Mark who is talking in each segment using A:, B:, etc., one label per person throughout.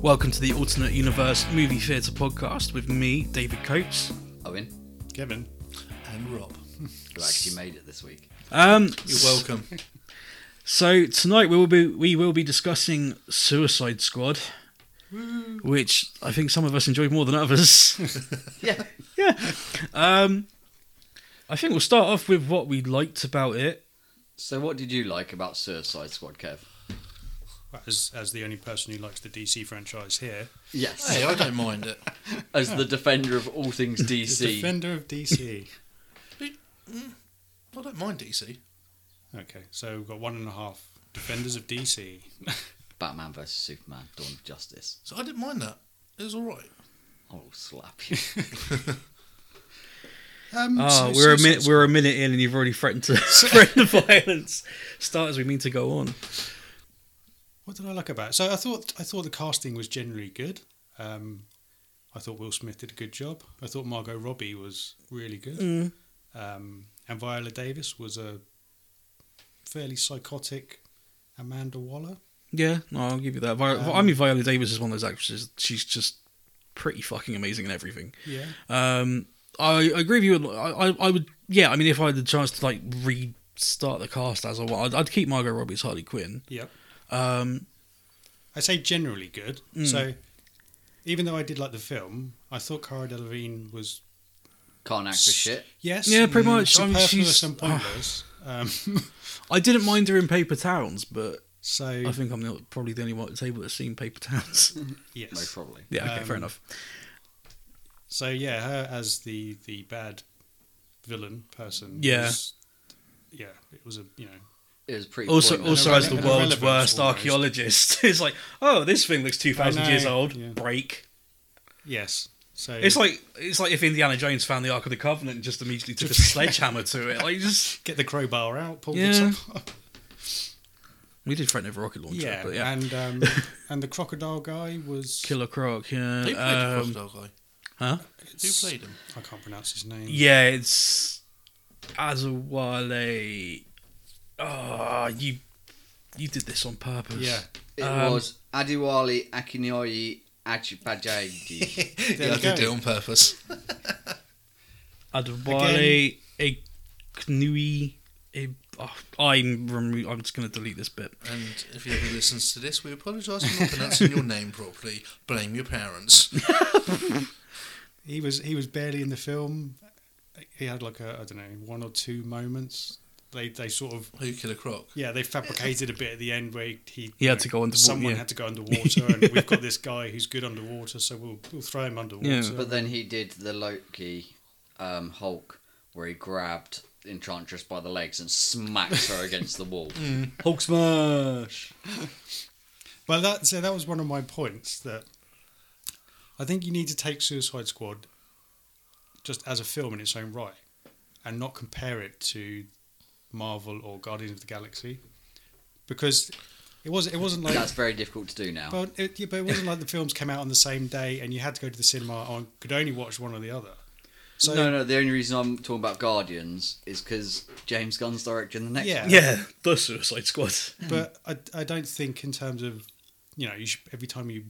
A: welcome to the Alternate Universe Movie Theatre Podcast with me, David Coates.
B: Owen,
C: Kevin.
D: and Rob.
B: glad you made it this week.
A: Um,
D: You're welcome.
A: so tonight we will be we will be discussing Suicide Squad, which I think some of us enjoyed more than others.
B: Yeah.
A: yeah. Um, I think we'll start off with what we liked about it.
B: So, what did you like about Suicide Squad, Kev?
C: As, as the only person who likes the DC franchise here.
B: Yes,
D: hey, I don't mind it.
B: as the defender of all things
C: The
B: DC.
C: defender of DC.
D: I don't mind DC.
C: okay, so we've got one and a half defenders of DC.
B: Batman vs Superman: Dawn of Justice.
D: So I didn't mind that. It was all right.
B: I'll slap you.
C: Um,
A: Ah,
C: so
A: we're a
C: Suicide
A: minute
C: Squad-
A: we're a minute in, and you've already threatened to spread the violence. Start as we mean to go on.
C: What did I like about it? So I thought I thought the casting was generally good. Um, I thought Will Smith did a good job. I thought Margot Robbie was really good.
A: Mm.
C: Um, and Viola Davis was a fairly psychotic Amanda Waller.
A: Yeah, no, I'll give you that. Viola,
C: Um,
A: I mean, Viola Davis is one of those actresses. She's just pretty fucking amazing in everything.
C: Yeah.
A: Um, I, I agree with you. I, I, I would, yeah. I mean, if I had the chance to like restart the cast as I want, I'd, I'd keep Margot Robbie's Harley Quinn.
C: Yep.
A: Um,
C: I say generally good.
A: Mm.
C: So even though I did like the film, I thought Cara Delevingne was
B: Can't act for shit.
C: yes,
A: Yeah, pretty
C: mm,
A: much. I mean,
C: superfluous
A: she's-
C: and pointless. um,
A: I didn't mind her in Paper Towns, but
C: so
A: I think I'm the, probably the only one at the table that's seen Paper Towns.
B: No,
C: yes.
B: probably.
A: yeah, okay,
C: Um,
A: fair enough.
C: So yeah, her as the the bad villain person.
A: Yeah.
C: was- yeah, it was a you know
B: It was pretty.
A: Also,
B: pointless.
A: also as the
C: Irrelevant-
A: world's
C: irrelevant
A: worst
C: almost.
A: archaeologist, it's like, oh, this thing looks two thousand
C: I know,
A: years old.
C: yeah.
A: Break.
C: yes. So
A: It's like it's like if Indiana Jones found the Ark of the Covenant and just immediately took a sledgehammer to it. Like just
C: get the crowbar out, pull
A: Yeah.
C: the top.
A: we did threaten a rocket launcher,
C: yeah,
A: but yeah,
C: and um, and the crocodile guy was
A: Killer Croc. Yeah,
D: Who played
A: um,
D: the crocodile guy?
A: huh?
D: Who played him?
C: I can't pronounce his name.
A: Yeah, it's Azawale. Ah, you you did this on purpose.
C: Yeah.
B: it
A: um,
B: was Adiwali Akinyoyi Achipajayi.
C: There
D: yeah, I
C: we go.
D: did it on purpose.
A: Adwale Eknui. Ib- oh, I'm remo- I'm just gonna delete this bit.
D: And if you ever listens to this, we apologise for not pronouncing your name properly. Blame your parents.
C: He was he was barely in the film. He had like a I don't know one or two moments. They they sort of
D: Who killed a croc?
C: yeah they fabricated a bit at the end where he he,
A: He had
C: you
A: to go underwater,
C: Someone
A: yeah.
C: had to go underwater, and we've got this guy who's good underwater, so we'll we'll throw him underwater.
A: Yeah.
B: But then he did the Loki um, Hulk, where he grabbed Enchantress by the legs and smacked her against the wall.
C: Hulk smash. well, that so that was one of my points that I think you need to take Suicide Squad just as a film in its own right, and not compare it to Marvel or Guardians of the Galaxy, because it was it wasn't like.
B: That's very difficult to do now.
C: Well, it, yeah, but it wasn't like the films came out on the same day, and you had to go to the cinema or could only watch one or the other. So
B: no, no. The only reason I'm talking about Guardians is because James Gunn's directing the next.
C: Yeah.
B: one.
A: Yeah, the Suicide Squad.
C: but I, I don't think in terms of you know you should, every time you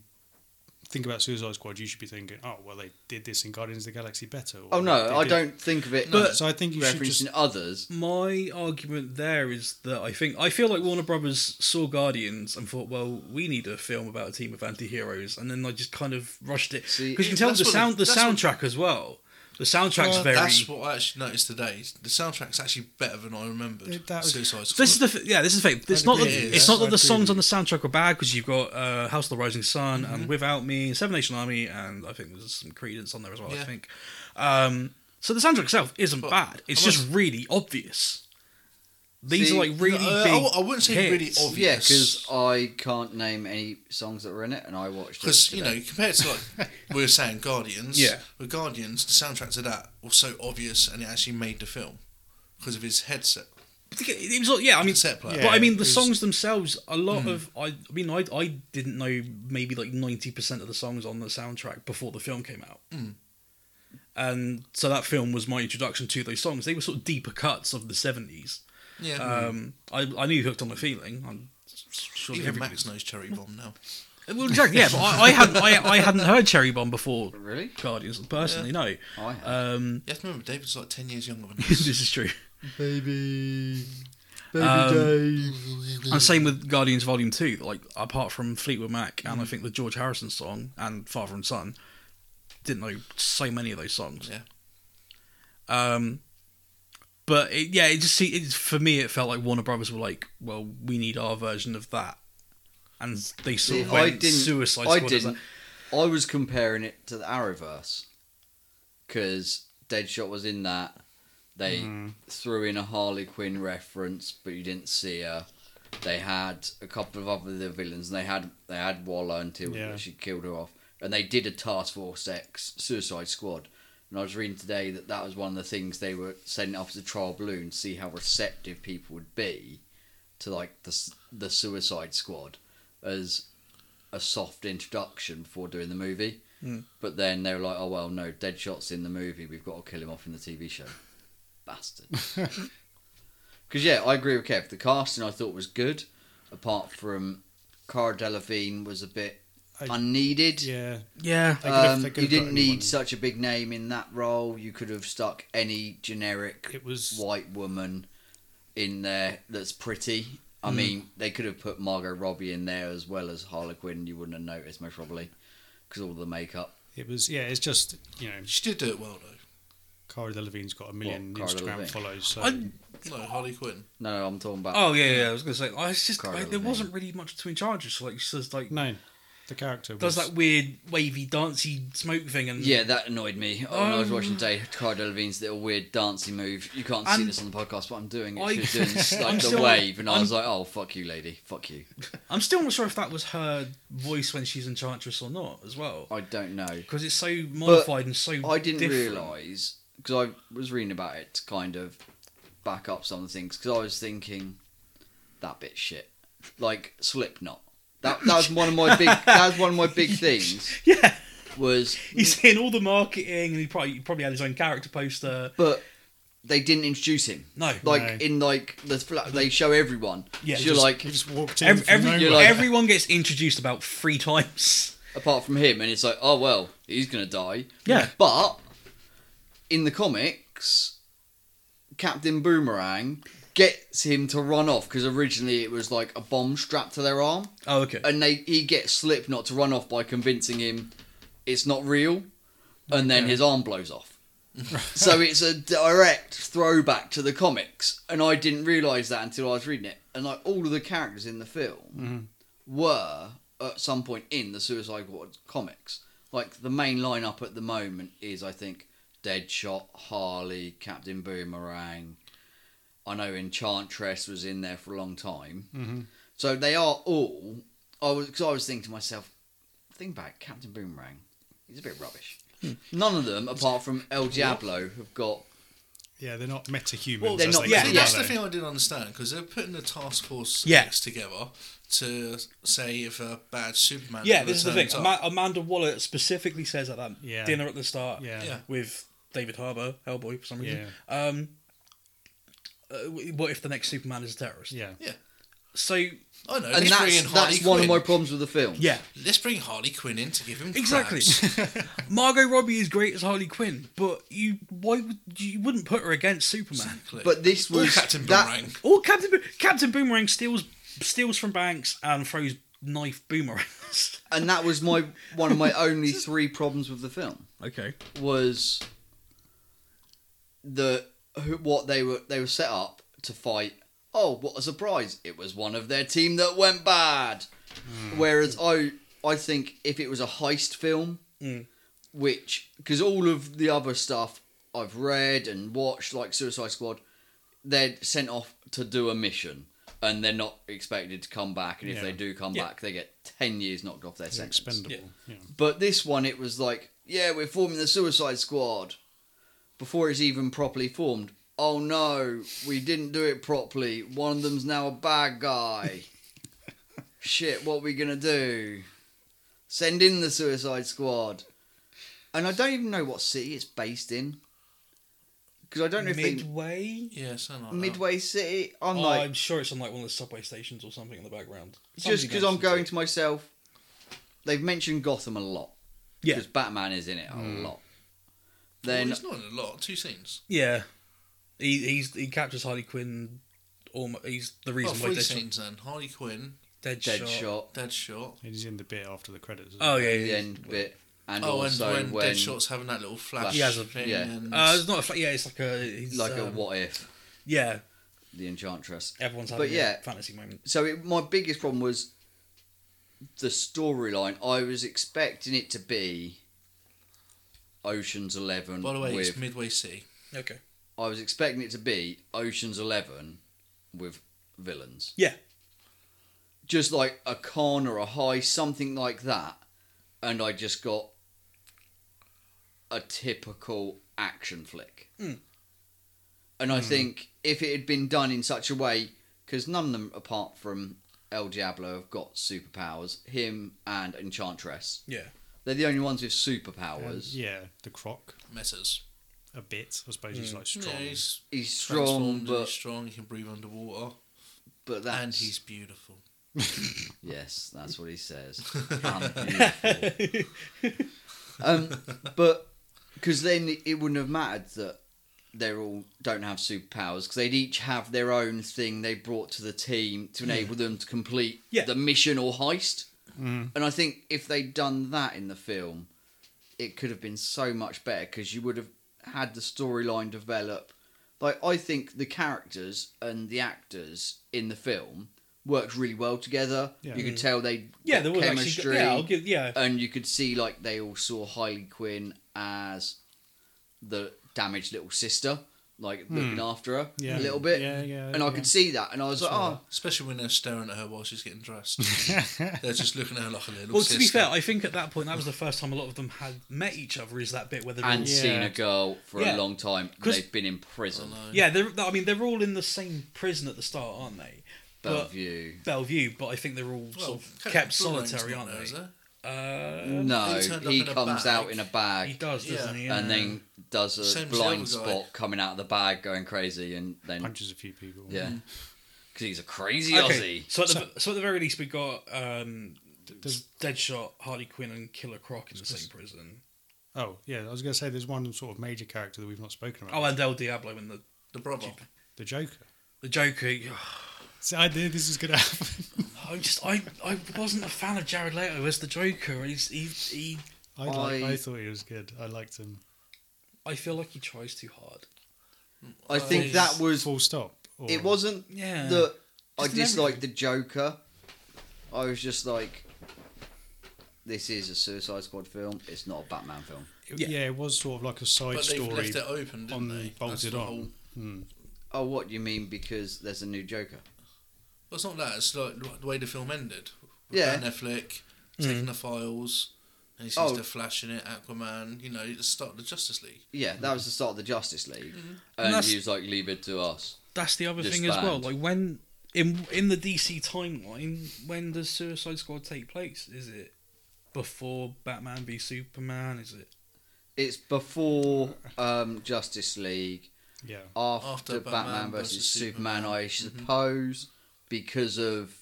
C: think about Suicide Squad you should be thinking oh well they did this in Guardians of the Galaxy better. or
B: Oh
C: they
B: no, I
C: did-
B: don't think of it.
A: But-
C: So I think you should
B: referencing
C: just
B: others.
A: My argument there is that I think I feel like Warner Brothers saw Guardians and thought, well, we need a film about a team of anti-heroes, and then I just kind of rushed it
B: See,
A: because you can tell
D: that's
A: the
D: what
A: sound, the
D: the- that's what-
A: soundtrack as well. The soundtrack's
C: Well,
A: very.
D: That's what I actually noticed today. The soundtrack's actually better than I remembered.
C: It- that was-
D: Suicide Squad.
A: This is the f- yeah. This is the thing. It's not that,
D: agree,
A: it's not
C: yeah.
A: that the
C: I'd
A: songs
C: agree.
A: on the soundtrack are bad because you've got uh, House of the Rising Sun and Without Me, Seven Nation Army, and I think there's some Credence on there as well. I
D: Yeah.
A: think. Um, so the soundtrack itself isn't
D: But
A: bad. It's
D: I
A: just really obvious. These
B: See,
A: are like really
D: uh, I-
A: big.
D: I wouldn't say really
A: hits.
D: obvious.
B: Yeah, because I can't name any songs that were in it, and I watched. it
D: Because you
B: today.
D: know, compared to like we were saying, Guardians.
A: Yeah.
D: With Guardians, the soundtrack to that was so obvious, and it actually made the film because of his headset.
A: It was, all- yeah, I mean,
D: Cassette player.
A: but I mean, the
C: Yeah, it was-
A: songs themselves, a lot of, I, I mean, I, I didn't know maybe like 90% of the songs on the soundtrack before the film came out. And so that film was my introduction to those songs. They were sort of deeper cuts of the Um, 70s.
D: Yeah.
A: Um, I, I knew Hooked on the Feeling. I'm s- surely
D: Even
A: everybody-
D: Max knows Cherry Bomb now.
A: Well, exactly. Yeah, but I, I hadn't I, I hadn't heard Cherry Bomb before
B: Really?
A: Guardians personally. No.
B: Oh, I have.
A: Um,
D: You have to remember, David's like 10 years younger than
A: this
D: us.
A: is true.
C: Baby. Baby
A: Um,
C: Dave.
A: And same with Guardians Volume Two. Like apart from Fleetwood Mac and I think the George Harrison song and Father and Son, didn't know so many of those songs.
D: Yeah.
A: Um, but it, yeah, it just se- it, for me it felt like Warner Brothers were like, well, we need our version of that, and they sort
B: See,
A: of
B: I
A: went
B: didn't.
A: Suicide
B: I
A: Squad. as
B: didn't. I was comparing it to the Arrowverse because Deadshot was in that. They
C: Hmm. Mm.
B: threw in a Harley Quinn reference, but you didn't see her. They had a couple of other the villains. And they had they had Waller until
C: Yeah.
B: she killed her off, and they did a Task Force X Suicide Squad. And I was reading today that that was one of the things they were sending off as a trial balloon to see how receptive people would be to like the s- the Suicide Squad as a soft introduction before doing the movie.
C: Hmm.
A: Mm.
B: But then they were like, "Oh well, no, Deadshot's in the movie. We've got to kill him off in the TV show, bastard." Because yeah, I agree with Kev. The casting I thought was good, apart from Cara Delevingne was a bit
C: I-
B: unneeded.
C: Yeah.
A: yeah,
C: They could have-
B: Um,
C: they could
B: you
C: have got
B: didn't need
C: anyone.
B: such a big name in that role. You could have stuck any generic
C: It was-
B: white woman in there that's pretty. I
A: Mm.
B: mean, they could have put Margot Robbie in there as well as Harlequin. You wouldn't have noticed most probably because all the makeup.
C: It was. Yeah. It's just you know,
D: She did do it well, though.
C: Cara Delevingne's got a million
B: Cara
C: Instagram
B: Delevingne?
C: follows. So
A: I,
D: No, Harley Quinn.
B: No, no, I'm talking about.
A: Oh yeah, yeah. I was gonna say, I was just
B: Cargo
A: like, there
B: thing.
A: wasn't really much between charges. Like she says, like
C: no, the character
A: does
C: was,
A: that weird wavy dancey smoke thing, and
B: Yeah, that annoyed me. Oh, when I was
A: Um,
B: watching Day Cara Delevingne's little weird dancing move. You can't see
A: And-
B: this on the podcast, but I'm doing it.
A: I-
B: She was doing this,
A: I'm
B: like the
A: still-
B: wave, and i
A: I'm-
B: was like, "Oh, fuck you, lady, fuck you."
A: I'm still not sure if that was her voice when she's Enchantress or not as well,
B: I don't know.
A: because it's so modified and so.
B: I didn't
A: different.
B: realise because I was reading about it to kind of back up some of the things because I was thinking that bit shit, like Slipknot. That that was one of my big that was one of my big things
A: Yeah,
B: was
A: he's in all the marketing, and he probably he probably had his own character poster.
B: but they didn't introduce him
A: No,
B: like
C: No.
B: in like the fla- they show everyone.
A: Yeah,
B: Yeah, you're
C: just-
B: like
C: he just walked in
A: every,
C: from
A: every-
C: nowhere.
B: you're like-
A: everyone gets introduced about three times.
B: apart from him, and it's like, oh well, he's gonna die.
A: Yeah.
B: But in the comics, Captain Boomerang gets him to run off because originally it was like a bomb strapped to their arm,
A: Oh, okay.
B: and they he gets Slipknot to run off by convincing him it's not real, and then his arm blows off. so it's a direct throwback to the comics, and I didn't realise that until I was reading it. And like all of the characters in the film were at some point in the Suicide Squad comics. Like the main lineup at the moment is, I think, Deadshot, Harley, Captain Boomerang. I know Enchantress was in there for a long time.
C: Mhm.
B: So they are all. I was because I was thinking to myself, think back, Captain Boomerang. He's a bit rubbish. None of them, apart from El Diablo, have got.
C: yeah, they're not meta-humans.
A: Well,
B: they're
C: as
B: not-
C: they
A: yeah,
C: call
D: See,
A: yeah.
C: them,
D: that's
C: are
D: the
C: they?
D: thing I didn't understand because they're putting the task force
A: Yeah.
D: X together to say if a bad Superman.
A: yeah,
D: ever
A: this is the thing.
D: turns
A: Ama-
D: up.
A: Amanda Waller specifically says at that
C: Yeah.
A: dinner at the start
C: Yeah.
D: Yeah.
A: with David Harbour, Hellboy, for some reason. Um, uh, w- what if the next Superman is a terrorist?
C: Yeah.
A: So,
D: I
B: And
D: know. let's bring in
B: that's,
D: Harley
B: that's one of
D: Quinn.
B: my problems with the film.
A: yeah,
D: Let's bring Harley Quinn in to give him
A: exactly.
D: crabs.
A: Margot Robbie is great as Harley Quinn, but you why would you wouldn't put her against Superman?
B: But this
D: Or
B: was.
D: Captain
B: that-
D: Boomerang.
A: Or Captain Bo- Captain Boomerang steals steals from Banks and throws knife boomerangs.
B: and that was my one of my only three problems with the film
A: okay.
B: was the who, what they were they were set up to fight. Oh, what a surprise! It was one of their team that went bad.
C: Hmm.
B: Whereas I I think if it was a heist film,
C: Hmm.
A: Mm.
B: which because all of the other stuff I've read and watched, like Suicide Squad, they're sent off to do a mission. And they're not expected to come back, and if
C: Yeah.
B: they do come
A: Yeah.
B: back, they get ten years knocked off their
C: They're
B: sentence.
C: expendable. Yeah.
B: But this one, it was like, yeah, we're forming the Suicide Squad before it's even properly formed. Oh no, we didn't do it properly. One of them's now a bad guy. Shit, what we gonna do? Send in the Suicide Squad. And I don't even know what city it's based in. Because I don't know if
A: Midway.
D: Yeah, something like
B: they. Midway City? I'm
A: Oh,
B: like.
A: I'm sure it's on like one of the subway stations or something in the background.
B: just because I'm going to myself, they've mentioned Gotham a lot.
A: Yeah.
B: Because Batman is in it a
D: Hmm.
B: lot.
D: Well,
B: Then
D: he's not in a lot. Two scenes.
A: Yeah, he he's he captures Harley Quinn. Almost, he's the
D: Well,
A: reason why
D: Oh, three
A: Deadshot.
D: scenes then. Harley Quinn,
A: Deadshot.
B: Deadshot,
D: Deadshot.
C: And he's in the bit after the credits. isn't
A: Oh yeah,
B: the
A: yeah.
B: end bit, and
D: Oh, and
B: also
D: when,
B: when
D: Deadshot's having that little flash
B: He
A: has a-
D: thing.
B: yeah.
D: And
A: Uh, it's not a fla- yeah. It's like a he's,
B: like a
A: um,
B: what if
A: Yeah,
B: the Enchantress.
A: everyone's
B: But
A: having
B: yeah.
A: a fantasy moment.
B: So it, my biggest problem was the storyline. I was expecting it to be Ocean's Eleven.
D: by the way,
B: with,
D: it's Midway City.
A: Okay.
B: I was expecting it to be Ocean's Eleven with villains.
A: Yeah.
B: Just like a con or a heist, something like that. And I just got a typical action flick.
A: Mm.
B: And I think if it had been done in such a way, because none of them, apart from El Diablo, have got superpowers, him and Enchantress,
A: Yeah.
B: they're the only ones with
C: he? Um,
B: superpowers.
C: yeah, the croc
D: Messers.
C: a bit. I suppose he's like strong.
D: Yeah, he's
B: He's
D: transformed
B: strong,
D: and
B: but,
D: he's strong. He can breathe underwater,
B: but that's.
D: and he's beautiful.
B: Yes, that's what he says. I'm beautiful. um, but because then it wouldn't have mattered that they all don't have superpowers because they'd each have their own thing they brought to the team to enable them to complete
A: Yeah.
B: the mission or heist.
C: Mm.
B: And I think if they'd done that in the film, it could have been so much better because you would have had the storyline develop. Like I think the characters and the actors in the film worked really well together.
C: Yeah.
B: You could tell they
A: Mm. Yeah,
B: got
A: there was actually.
B: chemistry, Um,
A: Yeah, I'll give. Yeah.
B: and you could see like they all saw Harley Quinn as the damaged little sister, like looking after her
C: Yeah.
B: a little bit.
C: Yeah, yeah,
B: and I
C: yeah.
B: could see that, and I was like,
C: all
B: oh,
C: right.
D: Especially when they're staring at her while she's getting dressed. they're just looking at her like a little.
A: Well, to
D: sister.
A: be fair, I think at that point that was the first time a lot of them had met each other. Is that bit where they're
B: and
A: all,
C: Yeah.
B: seen a girl for
A: Yeah.
B: a long time.
A: 'Cause-
B: They've been in prison.
A: yeah, they're. I mean, they're all in the same prison at the start, aren't they? But,
B: Bellevue.
A: Bellevue, but I think they're all
D: Well,
A: sort of
D: Captain
A: kept
D: Boomerang's
A: solitary,
D: not
A: aren't
D: there, is
A: they?
D: there?
A: Uh,
B: No,
D: He turned up
B: he
D: in a
B: comes
D: bag.
B: out in a bag
A: he does, doesn't
D: Yeah.
A: he?
B: and then does a
D: Same as the
B: blind
D: other guy.
B: spot coming out of the bag, going crazy, and then
C: punches a few people.
B: yeah,
D: Mm.
B: because he's a crazy
A: Okay,
B: Aussie.
A: so at, the, so at the very least, we got um,
C: Does-
A: Deadshot, Harley Quinn, and Killer Croc in the same prison.
C: Oh yeah, I was going to say there's one sort of major character that we've not spoken about.
A: Oh, and El Diablo in the
D: The brother.
C: the Joker.
A: the Joker.
C: See, I knew this was going to happen.
A: I just I, I wasn't a fan of Jared Leto as the Joker. He's he, he
C: I, like,
B: I-
C: I thought he was good. I liked him.
A: I feel like he tries too hard.
B: I think that was
C: Full stop. Or,
B: it. Wasn't
A: Yeah.
B: that I
A: Uh, Just an
B: disliked the Joker? I was just like, this is a Suicide Squad film. It's not a Batman film.
C: It-
A: yeah.
C: yeah. it was sort of like a side
D: But they've
C: story
D: left it open, didn't
C: on
D: they? That's
C: bolted
D: the
C: on.
D: whole-
B: Oh, what you mean? Because there's a new Joker.
D: Well, it's not that. It's like the way the film ended. With
B: Yeah. Mm.
D: Ben Affleck taking the files, and he sees
B: Oh.
D: the Flash in it, Aquaman. You know, the start of the Justice League.
B: Yeah, that was the start of the Justice League,
A: And
B: and
A: that's-
B: he was like, leave it to us.
A: That's the other
B: Just
A: thing as well.
B: banned.
A: Like when in in the DC timeline, when does Suicide Squad take place? Is it before Batman v Superman? Is it?
B: It's before um, Justice League.
C: Yeah.
B: after,
D: After
B: Batman,
D: Batman
B: versus,
D: versus
B: Superman, I suppose, because of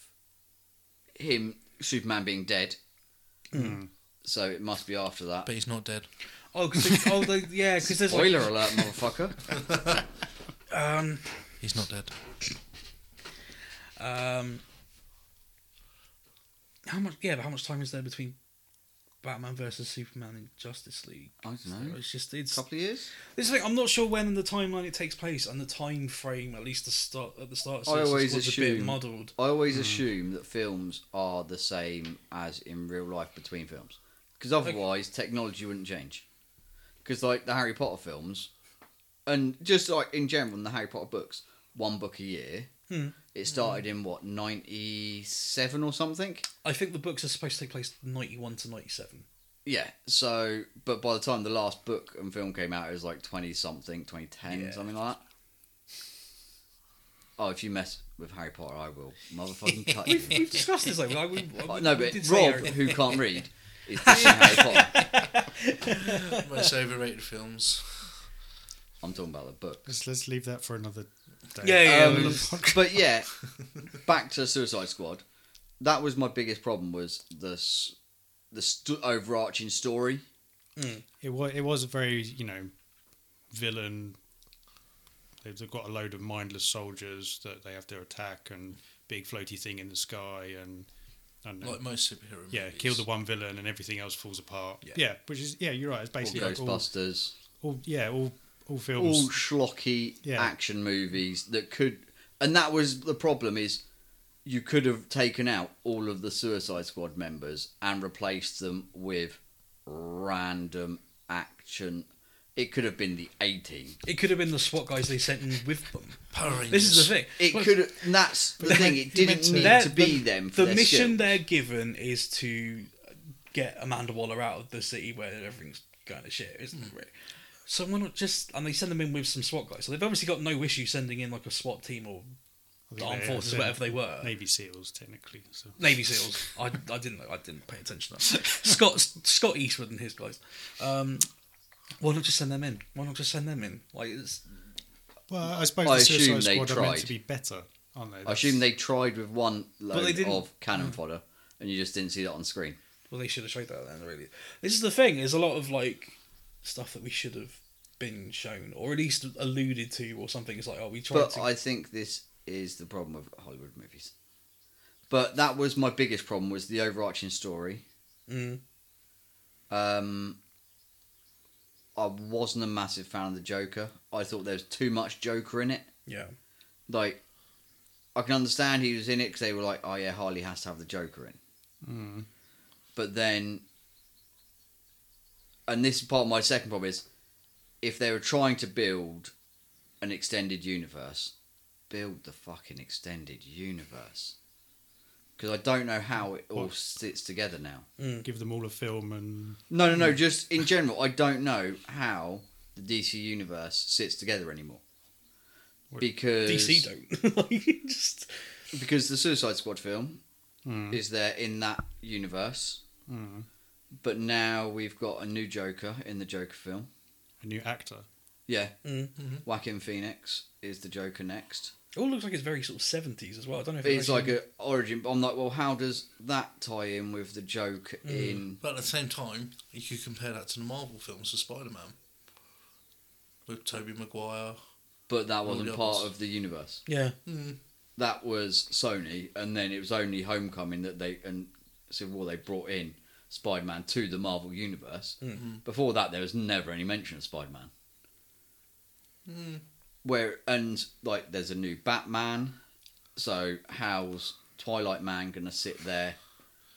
B: him, Superman being dead. So it must be after that.
D: But he's not dead.
A: Oh, cause oh, they, yeah, because there's like,
B: Spoiler alert, motherfucker!
A: um,
D: He's not dead.
A: um, how much? Yeah, but how much time is there between Batman versus Superman and Justice League?
B: I don't know.
A: It's just it's
B: couple of years.
A: This is the thing, I'm not sure when in the timeline it takes place and the time frame, at least the start at the start. Of
B: I
A: Suicide
B: always
A: Squad's a bit
B: assume-
A: muddled.
B: I always assume that films are the same as in real life between films, because otherwise technology wouldn't change. Because like the Harry Potter films, and just like in general, in the Harry Potter books, one book a year.
A: Hmm.
B: It started in what ninety seven or something.
A: I think the books are supposed to take place 91 to 97.
B: Yeah. So, but by the time the last book and film came out, it was like twenty something, twenty ten,
A: Yeah.
B: something like that. Oh, if you mess with Harry Potter, I will motherfucking cut you.
A: We've, we've discussed this though. Like, we,
B: Oh,
A: we-
B: no,
A: we
B: but
A: did say
B: Rob,
A: Harry-
B: who can't read, is dissing Harry Potter.
D: Most overrated films.
B: I'm talking about the book.
C: Let's, let's leave that for another day.
A: Yeah, yeah,
B: Um,
A: we'll-
B: but yeah, back to Suicide Squad. That was my biggest problem was the s- the st- overarching story.
C: It was it was a very you know villain. They've they've got a load of mindless soldiers that they have to attack, and big floaty thing in the sky, and I don't know.
D: like most superhero movies.
C: yeah, kill the one villain, and everything else falls apart.
D: Yeah.
C: Yeah, which is yeah, you're right. It's basically like all,
B: Ghostbusters,
C: all yeah, all all
B: all,
C: films.
B: schlocky
C: Yeah.
B: action movies that could, and that was the problem is, you could have taken out all of the Suicide Squad members and replaced them with random action. It could have been the A team.
A: It could have been the SWAT guys they sent in with them.
D: Power Rangers.
A: This is the thing.
B: It
A: Well,
B: could. Have, and that's the
C: But
B: thing.
C: they-
B: It didn't
C: they-
B: need
A: they're-
B: to be
A: the,
B: them. For
A: the
B: their
A: mission
B: skill.
A: they're given is to get Amanda Waller out of the city where everything's going to shit, isn't it? Really? So why not just and they send them in with some SWAT guys. So they've obviously got no issue sending in like a SWAT team or
C: I
A: the
C: think
A: armed
C: they-
A: forces,
C: they're
A: whatever they were.
C: Navy SEALs technically. So
A: Navy SEALs. I, I didn't know. I didn't pay attention. To that. Scott Scott Eastwood and his guys. Um, why not just send them in? Why not just send them in? Like it's
C: well, I suppose
B: I
C: the
B: assume
C: Suicide
B: they
C: Squad are meant
B: tried.
C: to be better, aren't they?
B: I assume they tried with one
A: they
B: load
A: didn't- Hmm.
B: of cannon fodder, and you just didn't see that on screen.
A: well, they should have showed that then. Really, this is the thing. There's a lot of like stuff that we should have been shown or at least alluded to or something. It's like oh, we tried
B: But
A: to.
B: I think this is the problem of Hollywood movies. But that was my biggest problem was the overarching story.
A: Mm.
B: Um, I wasn't a massive fan of the Joker. I thought there was too much Joker in it.
A: Yeah.
B: Like, I can understand he was in it because they were like, "Oh yeah, Harley has to have the Joker in."
C: Mm.
B: But then, and this is part of my second problem is, if they were trying to build an extended universe, build the fucking extended universe. Because I don't know how it all
C: What?
B: sits together now.
C: give them all a film and
B: No, no, no. Just in general, I don't know how the DC universe sits together anymore.
C: What-
B: Because
A: DC don't like it just
B: because the Suicide Squad film
C: Mm.
B: is there in that universe,
C: Mm.
B: but now we've got a new Joker in the Joker film.
C: a new actor.
B: Yeah,
A: Mm.
B: Joaquin Phoenix is the Joker next.
A: It all looks like it's very sort of seventies as well. I don't know if
B: It's
A: actually-
B: like a origin. I'm like, well, how does that tie in with the Joker
A: Mm.
B: in?
D: But at the same time, you could compare that to the Marvel films, the Spider Man, with Tobey Maguire.
B: But that wasn't
D: All the
B: part
D: others.
B: of the universe.
A: yeah.
D: Mm.
B: That was Sony, and then it was only Homecoming that they and Civil War they brought in Spider-Man to the Marvel universe.
A: Mm.
B: Before that, there was never any mention of Spider-Man.
D: Mm.
B: Where and like, there's a new Batman. So how's Twilight Man gonna sit there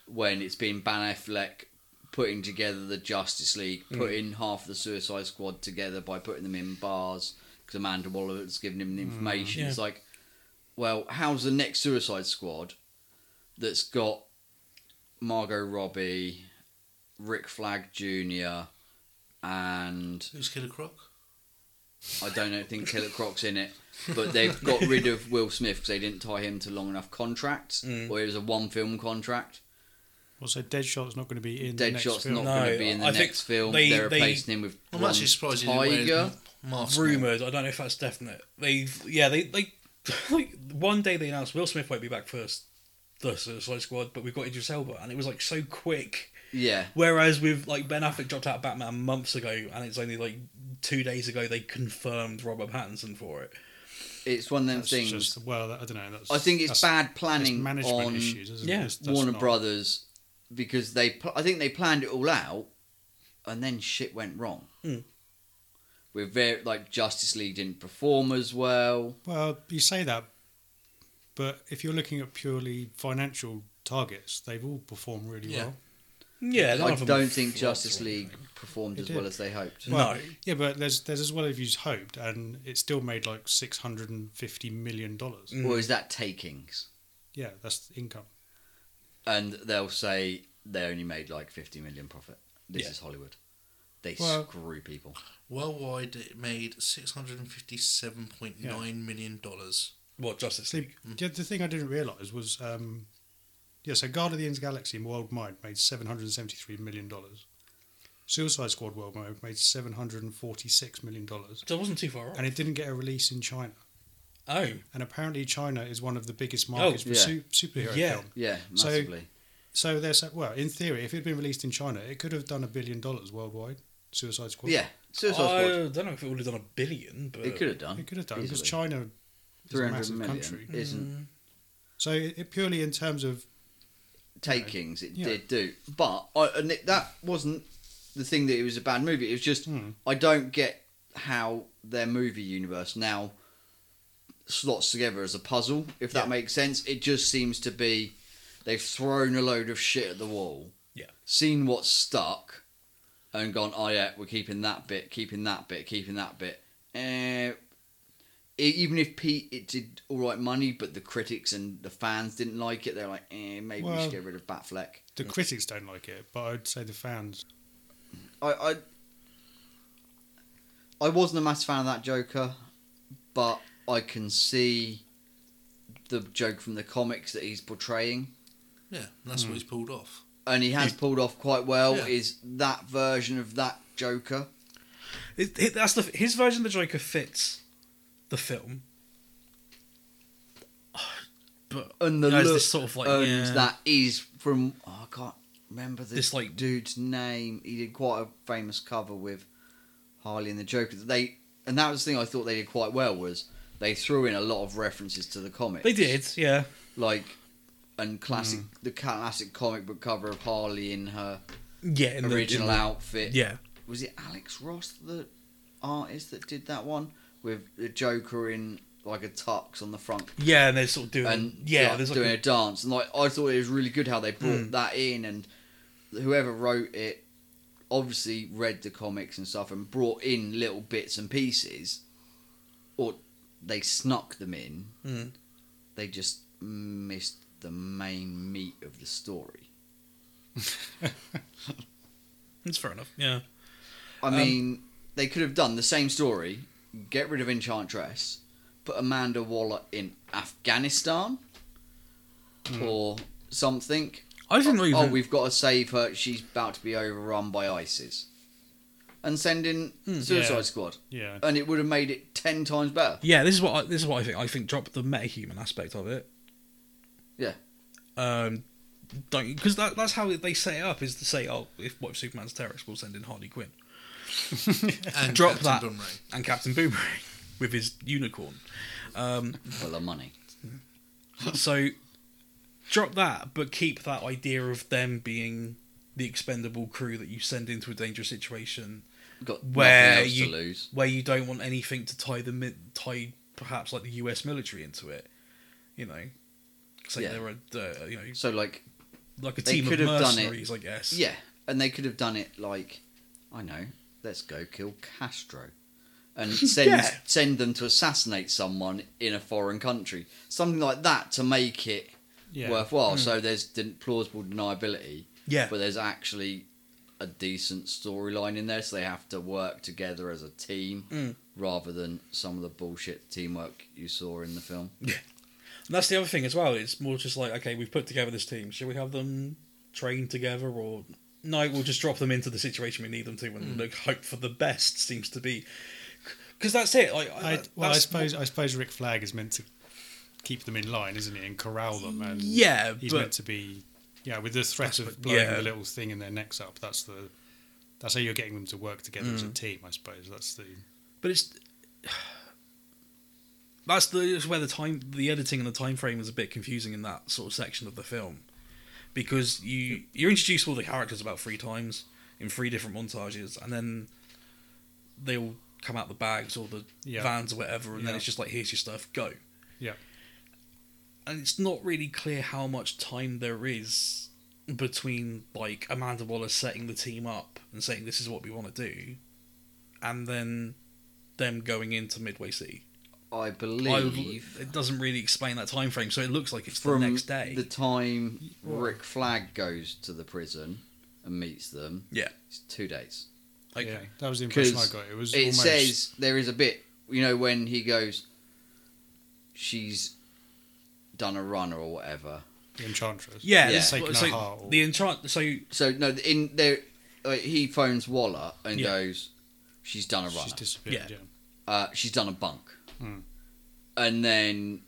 B: when it's been Ben Affleck putting together the Justice League, putting half the Suicide Squad together by putting them in bars because Amanda Waller's giving him the information.
A: Yeah.
B: It's like, well, how's the next Suicide Squad that's got Margot Robbie, Rick Flag Jr., and
D: Who's Killer Croc?
B: I don't know, think Killer Croc's in it, but they've got rid of Will Smith because they didn't tie him to long enough contracts,
A: Mm.
B: or it was a one film contract.
C: Also, Deadshot's not going to be in the next
B: Deadshot's
C: film.
B: not
A: No,
B: going to be in the
A: I think
B: next film.
A: they-
B: They're
A: they-
B: replacing him with
D: I'm
B: one
D: actually surprised he didn't wear
B: Tiger.
D: a mask.
A: rumored. I don't know if that's definite. They've yeah they they like one day they announced Will Smith won't be back first. The Suicide Squad, but we've got Idris Elba, and it was like so quick.
B: Yeah,
A: Whereas with like Ben Affleck dropped out of Batman months ago, and it's only like two days ago they confirmed Robert Pattinson for it.
B: it's one of them
C: That's
B: things.
C: just- well, I don't know. That's,
B: I think it's
C: that's-
B: bad
C: that's
B: planning
C: management
B: on
C: issues, isn't
A: Yeah.
C: it? That's- that's
B: Warner
C: not-
B: Brothers because they, pl- I think they planned it all out, and then shit went wrong.
C: Hmm.
A: Mm.
B: With very like Justice League didn't perform as well.
C: Well, you say that, but if you're looking at purely financial targets, they've all performed really
D: Yeah.
C: well.
A: Yeah, none
B: I
A: of them
B: don't think
A: flopped
B: Justice
A: or
B: League
A: anything.
B: performed
C: It
B: as
C: did.
B: well as they hoped.
A: No.
C: Yeah, but there's there's as well as you've hoped, and it still made like six hundred and fifty million dollars.
A: Mm.
B: Or is that takings?
C: Yeah, that's the income.
B: And they'll say they only made like fifty million profit. This
A: Yeah.
B: is Hollywood. They
C: Well-
B: screw people.
D: Worldwide, it made six hundred and fifty-seven point nine million dollars.
A: What Justice
C: So
A: League?
C: the other thing I didn't realise was, um, yeah, so Guard of the Ends Galaxy worldwide made seven hundred and seventy three million dollars. Suicide Squad worldwide made seven hundred and forty six million dollars,
A: So it wasn't too far off.
C: and it didn't get a release in China.
A: Oh,
C: And apparently, China is one of the biggest markets for
B: yeah.
C: su- superhero
A: Yeah.
C: film.
B: Yeah,
C: So-
B: massively.
C: So there's well, in theory, if it had been released in China, it could have done a billion dollars worldwide. Suicide Squad.
B: Yeah, Suicide
A: I
B: Squad.
A: don't know if it would have done a billion, but
B: It could have done.
C: it could have done because
B: Easily.
C: China is a
B: 300
C: massive
B: million
C: country. Hmm.
B: isn't
C: So it, it purely in terms of
B: takings it
C: Yeah.
B: did do but I, and it, that wasn't the thing that it was a bad movie it was just
C: Hmm.
B: i don't get how their movie universe now slots together as a puzzle if that
A: Yeah.
B: makes sense it just seems to be they've thrown a load of shit at the wall
A: Yeah.
B: seen what's stuck and gone oh yeah we're keeping that bit keeping that bit keeping that bit eh, e- even if Pete it did all right money, but the critics and the fans didn't like it, they're like, eh, maybe we
C: Well-
B: should get rid of Batfleck.
C: the critics don't like it, but I'd say the fans.
B: I, I I wasn't a massive fan of that Joker, but I can see the joke from the comics that he's portraying,
D: Yeah, and that's what he's pulled off.
B: and he has pulled off quite well.
D: Yeah.
B: Is that version of that Joker?
A: It, it, that's the his version of the Joker fits the film, but
B: And the
A: There's
B: look
A: this sort of like,
B: and
A: yeah.
B: that is from oh, I can't remember the
A: This, like-
B: dude's name. He did quite a famous cover with Harley and the Joker. They and that was the thing I thought they did quite well was they threw in a lot of references to the comics.
A: they did, yeah.
B: like and classic
A: Mm.
B: the classic comic book cover of Harley in her
A: Yeah, in the-
B: original
A: in the-
B: outfit.
A: Yeah,
B: Was it Alex Ross the artist that did that one with the Joker in like a tux on the front
A: yeah, and they're sort of doing.
B: and
A: yeah,
B: like,
A: there's like
B: doing
A: a- Hmm.
B: a dance and like I thought it was really good how they brought that in and whoever wrote it obviously read the comics and stuff and brought in little bits and pieces or they snuck them in
A: Mm.
B: they just missed the main meat of the story
A: it's fair enough. Yeah,
B: I
A: Um,
B: mean they could have done the same story get rid of Enchantress put Amanda Waller in Afghanistan
A: Hmm.
B: or something
A: I think they
B: oh,
A: even.
B: we've got to save her. She's about to be overrun by ISIS. And send in
A: Hmm,
B: Suicide
C: Yeah.
B: Squad.
C: Yeah,
A: Uh,
B: And it would have made it 10 times better.
A: yeah, this is what I, this is what I think. I think drop the metahuman aspect of it.
B: Yeah.
A: Um, don't because that, that's how they set it up is to say, oh, if what if Superman's terrorist, we'll send in Harley Quinn
D: And
A: Drop
D: Captain
A: that.
D: Boomerang.
A: and Captain Boomerang with his unicorn. Um,
B: For the money.
A: so drop that, but keep that idea of them being the expendable crew that you send into a dangerous situation
B: Got
A: Where
B: nothing else
A: you-
B: to lose.
A: where you don't want anything to tie the mi- tie perhaps like the U.S. military into it. You know, say
B: Yeah.
A: they're a uh, you know
B: So, like,
A: like a
B: They
A: team of
B: could have done it.
A: mercenaries, I guess.
B: yeah. And they could have done it like, I know, let's go kill Castro. And send,
A: Yeah.
B: send them to assassinate someone in a foreign country. Something like that to make it
C: yeah.
A: Hmm.
B: worthwhile. So there's den- plausible deniability.
A: yeah.
B: but there's actually a decent storyline in there, so they have to work together as a team
A: Mm.
B: rather than some of the bullshit teamwork you saw in the film.
A: And that's the other thing as well. It's more just like, okay, we've put together this team. Should we have them train together or no? We'll just drop them into the situation we need them to,
C: Hmm.
A: and look, hope for the best seems to be because that's it. Like,
C: I,
A: that-
C: well, I
A: uh, that's-
C: suppose I suppose Rick Flag is meant to keep them in line, isn't he, and corral them, and
A: Yeah,
C: he's
A: but
C: meant to be yeah with the threat
A: That's
C: of
A: what-
C: blowing
A: yeah.
C: the little thing in their necks up. That's the that's how you're getting them to work together as a
A: Mm.
C: team, I suppose. That's the
A: but it's that's the it's where the time the editing and the time frame is a bit confusing in that sort of section of the film because you you're introduced to all the characters about three times in three different montages and then they all come out the bags or the
C: Yeah.
A: vans or whatever and then
C: Yeah.
A: it's just like here's your stuff go
C: Yeah.
A: and it's not really clear how much time there is between like Amanda Waller setting the team up and saying this is what we want to do and then them going into Midway City
B: I
A: I-
B: believe
A: it doesn't really explain that time frame, so it looks like it's
B: from
A: the next day.
B: the time Rick Flag goes to the prison and meets them,
A: Yeah.
B: it's two days.
A: Okay.
C: yeah, that was the impression I
B: 'Cause
C: got. It was
B: it
C: almost,
B: says there is a bit you know when he goes she's done a run or whatever
C: the Enchantress.
A: Yeah,
B: Yeah.
A: this is
C: Taken
A: what-
C: a
A: so
C: heart or-
A: the enchant. So
B: so no in there uh, he phones waller and
A: Yeah.
B: goes she's done a run
C: she's disappeared. Yeah,
B: uh, she's done a bunk,
C: Hmm.
B: and then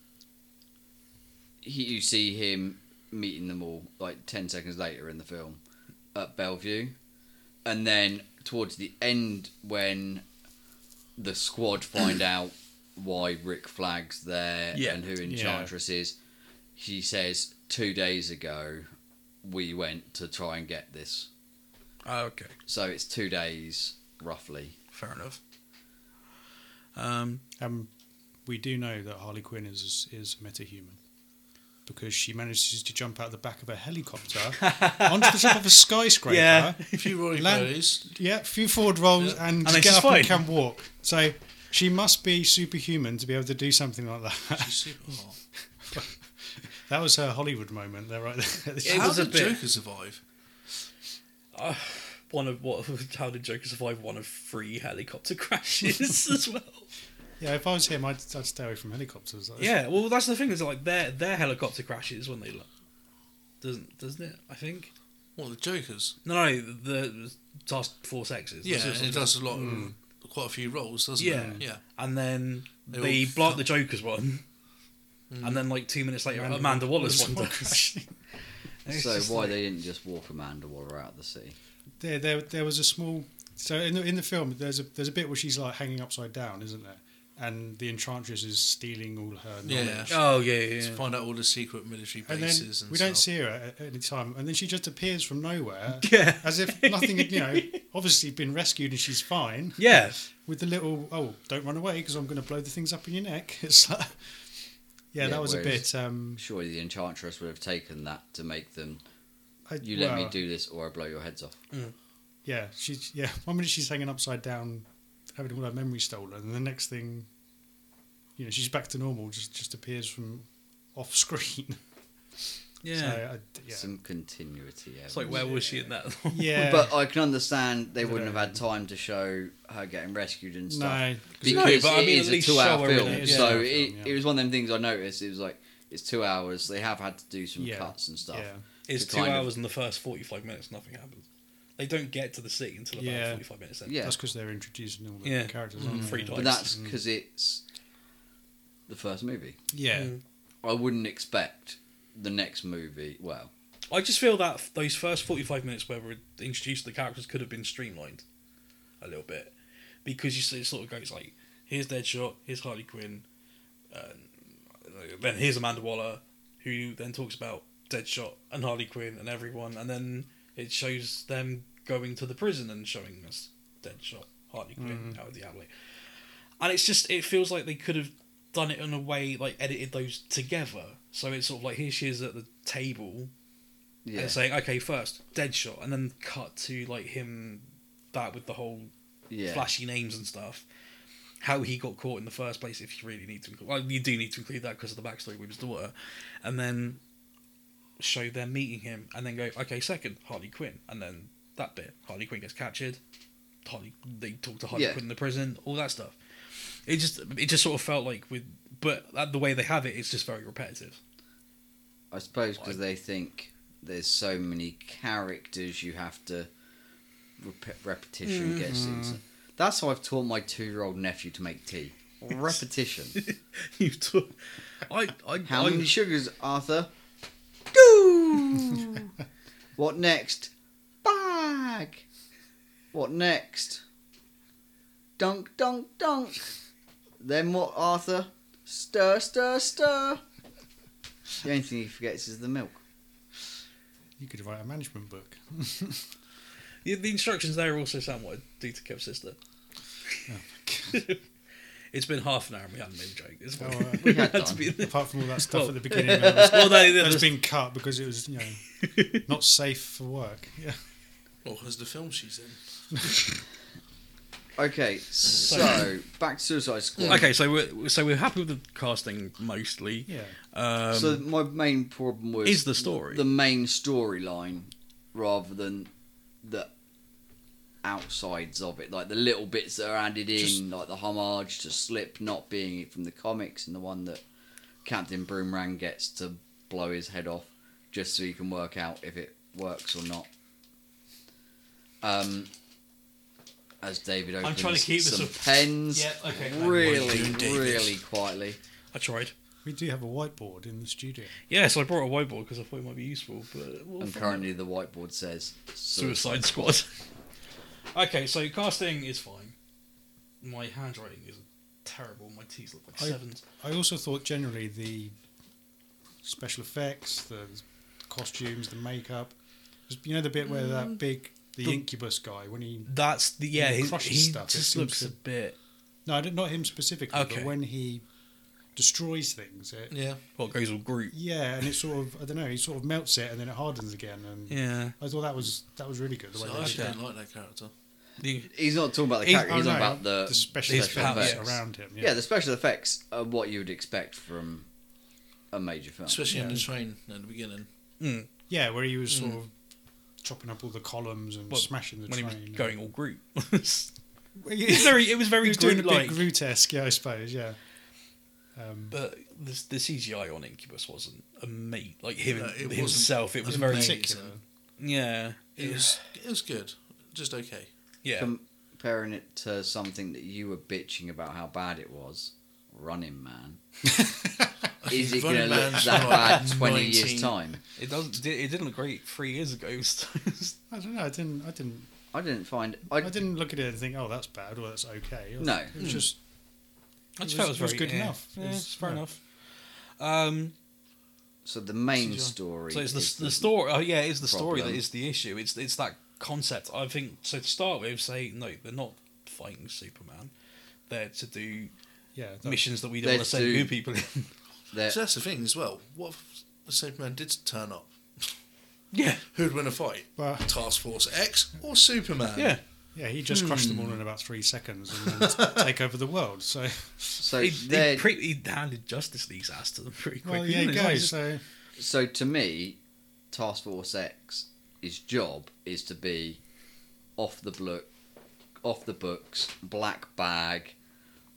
B: he, you see him meeting them all like 10 seconds later in the film at Bellevue. And then towards the end, when the squad find out why Rick Flag's there
A: Yeah.
B: and who
C: Yeah.
B: Enchantress is, she says, Two days ago, we went to try and get this.
A: Ah, okay.
B: So it's two days, roughly.
A: Fair enough. Um,
C: Um, we do know that Harley Quinn is is metahuman because she manages to jump out the back of a helicopter onto the top of a skyscraper.
A: Yeah.
D: A few Rory
C: Land-
D: Bodies.
C: yeah, few forward rolls and,
A: And
C: just
A: then
C: get
A: she's
C: up and
A: fine.
C: can walk. So she must be superhuman to be able to do something like that.
D: She's super hot.
C: that was her Hollywood moment. There, right there.
A: It
D: How
A: was a
D: did
A: bit-
D: Joker survive?
A: one of what? How did Joker survive one of three helicopter crashes as well?
C: yeah, if I was him, I'd, I'd stay away from helicopters.
A: Yeah. Well, that's the thing. Is like their their helicopter crashes when they like, doesn't doesn't it? I think.
D: What the Joker's?
A: No, no, the Task Force X's.
D: Yeah,
A: That's
D: and
A: what-
D: it does a lot, quite a few roles, doesn't
A: Yeah.
D: it? Yeah.
A: and then they
D: They all
A: blow up
D: come-
A: the Joker's one, and then like two minutes later, Amanda, Wallace one does. It's
B: so
A: just
B: why
A: like-
B: they didn't just walk Amanda Waller out of the city?
C: there, there, there was a small. So in the, in the film, there's a there's a bit where she's like hanging upside down, isn't there? And the enchantress is stealing all her knowledge.
D: Yeah.
A: Oh yeah, yeah.
D: To
A: yeah.
D: find out all the secret military
C: And then
D: bases and
C: we don't
D: stuff.
C: see her at- at any time, and then she just appears from nowhere,
A: Yeah.
C: as if nothing, had, you know, obviously been rescued and she's fine.
A: Yeah,
C: With the little, oh, don't run away because I'm going to blow the things up in your neck. It's like, yeah,
B: Yeah,
C: that was a
B: whereas-
C: bit. Um,
B: Surely the Enchantress would have taken that to make them,
C: I,
B: you let me
C: well,
B: do this or I blow your heads off.
C: Yeah, she's yeah. One minute she's hanging upside down, having all her memories stolen, and the next thing, you know, she's back to normal. Just just appears from off screen.
A: yeah.
C: So, I, yeah.
B: Some continuity.
A: it's like
B: evidence.
A: where was she in that?
C: yeah.
B: But I can understand they
C: No.
B: wouldn't have had time to show her getting rescued and stuff.
C: no, 'cause
A: No,
B: because
A: but I
B: it
A: mean,
B: is
A: at
B: a
A: least show
B: two-hour
A: her in
B: film.
A: it.
C: Yeah.
B: So
C: Two-hour
B: it,
C: film, yeah.
B: it was one of them things I noticed. It was like it's two hours. They have had to do some
C: Yeah.
B: cuts and stuff.
C: Yeah.
A: It's
B: to
A: two
B: kind of-
A: hours and the first forty-five minutes, nothing happens. They don't get to the city until about
C: Yeah.
A: forty-five minutes in.
B: Yeah.
C: that's because they're introducing all the
A: Yeah.
C: characters.
A: Mm.
C: aren't they?
A: Three times.
B: but that's because it's the first movie.
C: Yeah,
A: Mm.
B: I wouldn't expect the next movie. Well,
A: I just feel that f- those first forty-five minutes where we're introduced to the characters could have been streamlined a little bit because you see, it sort of goes like, here's Deadshot, here's Harley Quinn, uh, then here's Amanda Waller, who then talks about Deadshot and Harley Quinn and everyone, and then it shows them going to the prison and showing us Deadshot, Harley Quinn, out of the alley, and it's just it feels like they could have done it in a way like edited those together. So it's sort of like here she is at the table
B: yeah,
A: and saying, okay, first Deadshot, and then cut to like him that with the whole
B: yeah.
A: flashy names and stuff. How he got caught in the first place, if you really need to, include, well, you do need to include that because of the backstory with his daughter, and then show them meeting him, and then go, okay, second Harley Quinn, and then that bit Harley Quinn gets captured, Harley they talk to Harley
B: Yeah.
A: Quinn in the prison, all that stuff. It just it just sort of felt like with, but that, the way they have it, it's just very repetitive.
B: I suppose because they think there's so many characters you have to rep- repetition gets into. That's how I've taught my two-year-old nephew to make tea. Repetition.
A: you took, I I
B: How
A: I,
B: many sugars, Arthur? Go. what next? Bag. What next? Dunk, dunk, dunk. Then what, Arthur? Stir, stir, stir. The only thing he forgets is the milk.
C: you could write a management book.
A: Yeah, the instructions there also sound what I do to Kev's sister. Oh, it's been half an hour and we haven't made a joke. It's fine.
C: Oh, uh,
B: We had
A: That's
B: done.
A: been-
C: Apart from all that stuff
A: Well-
C: at the beginning, that was-
A: well, no,
C: that's
A: there's
C: been cut because it was you know not safe for work. Yeah,
D: Well, because Oh, the film she's in.
B: Okay, so back to Suicide Squad.
A: okay. So we're so we're happy with the casting mostly.
C: yeah.
A: Um,
B: so my main problem was
A: is the story.
B: the main storyline rather than the outsides of it, like the little bits that are added in,
C: Just-
B: like the homage to Slip not being from the comics and the one that Captain Boomerang gets to blow his head off, just so you can work out if it works or not. Um, as David opens
A: trying to keep this
B: some
A: up.
B: pens
A: okay.
B: really,
D: What are you doing, David?
B: really quietly.
A: I tried.
C: We do have a whiteboard in the studio.
A: Yeah, so I brought a whiteboard because I thought it might be useful. But we'll
B: And
A: find
B: currently, the whiteboard says
A: Suicide Squad. okay, so casting is fine. My handwriting is terrible. My T's look like
C: I-
A: sevens.
C: I also thought generally the special effects, the costumes, the makeup. Just, You know the bit where that big the
A: The-
C: incubus guy when he
A: That's the yeah.
C: He
A: He,
C: crushes
A: he
C: stuff, it
A: just
C: seems
A: looks
C: to-
A: a bit.
C: no, I don't- not him specifically,
A: Okay.
C: but when he destroys things, it, yeah.
D: Yeah.
A: Well, it goes all group.
C: and it sort of I don't know, he sort of melts it and then it hardens again, and
A: Yeah.
C: I thought that was that was really good. The
D: So
C: way
D: I
C: they did
D: actually
C: that.
D: don't like that character.
A: The-
B: He's not talking about the
A: He's-
B: character. He's
C: Oh,
B: talking
C: no,
B: about the,
C: the special
A: his
C: effects
A: powers.
C: around him.
B: yeah. the special effects are what you would expect from a major film.
D: Especially in
C: Yeah.
D: the train at the beginning.
A: mm,
C: Yeah, where he was sort of chopping up all the columns and
A: Well,
C: smashing the
A: when he
C: train.
A: was
C: and-
A: going all group. it
C: Well, he-
A: was very. It was
C: he
A: very
C: was doing a
A: group
C: bit
A: like.
C: Groot-esque, yeah, I suppose, yeah. Um,
A: But this, the CGI on Incubus wasn't a mate like him
D: No, it wasn't
A: himself. It was
D: a
A: very
D: mate.
A: yeah.
D: It was it was good. Just okay.
A: yeah.
B: Comparing it to something that you were bitching about how bad it was, Running Man. Is it going to
D: Running
B: look
D: Man's
B: that
D: like
B: bad 20
D: 19.
B: years' time?
A: It doesn't. It didn't look great three years ago. so it's-
C: I don't know. I didn't. I didn't.
B: I didn't find.
C: I
B: I,
C: didn't look at it and think, "Oh, that's bad" or "That's okay." It was-
B: No.
C: it was just.
A: I just
C: It was-
A: felt it was,
C: it was
A: very,
C: good
A: yeah.
C: enough. It
A: Yeah,
C: was-
A: it's fair
C: yeah.
A: enough. Um,
B: So the main
A: CGI.
B: story.
A: so it's the,
B: is
A: the story. Oh yeah, it's the story that
B: problem.
A: is the issue. It's it's that concept. I think so. To start with, say no, they're not fighting Superman. They're to do
C: Yeah. that-
A: missions that we don't want to
B: Let's
A: send
B: do-
A: new people in.
B: they're-
D: So that's the thing as well. What if Superman did turn up?
A: yeah,
D: Who'd win a fight?
C: Well-
D: Task Force X or Superman?
A: yeah.
C: yeah, he just crushed them all
B: Hmm.
C: in about three seconds and then take over the world. So,
B: so
A: He,
B: they're-
A: he, pre- he handed Justice League's ass to them pretty quickly.
C: well, yeah, you
A: didn't he?
C: go.
A: Like, just-
C: So,
B: So to me, Task Force X, his job is to be off the book, off the books, black bag,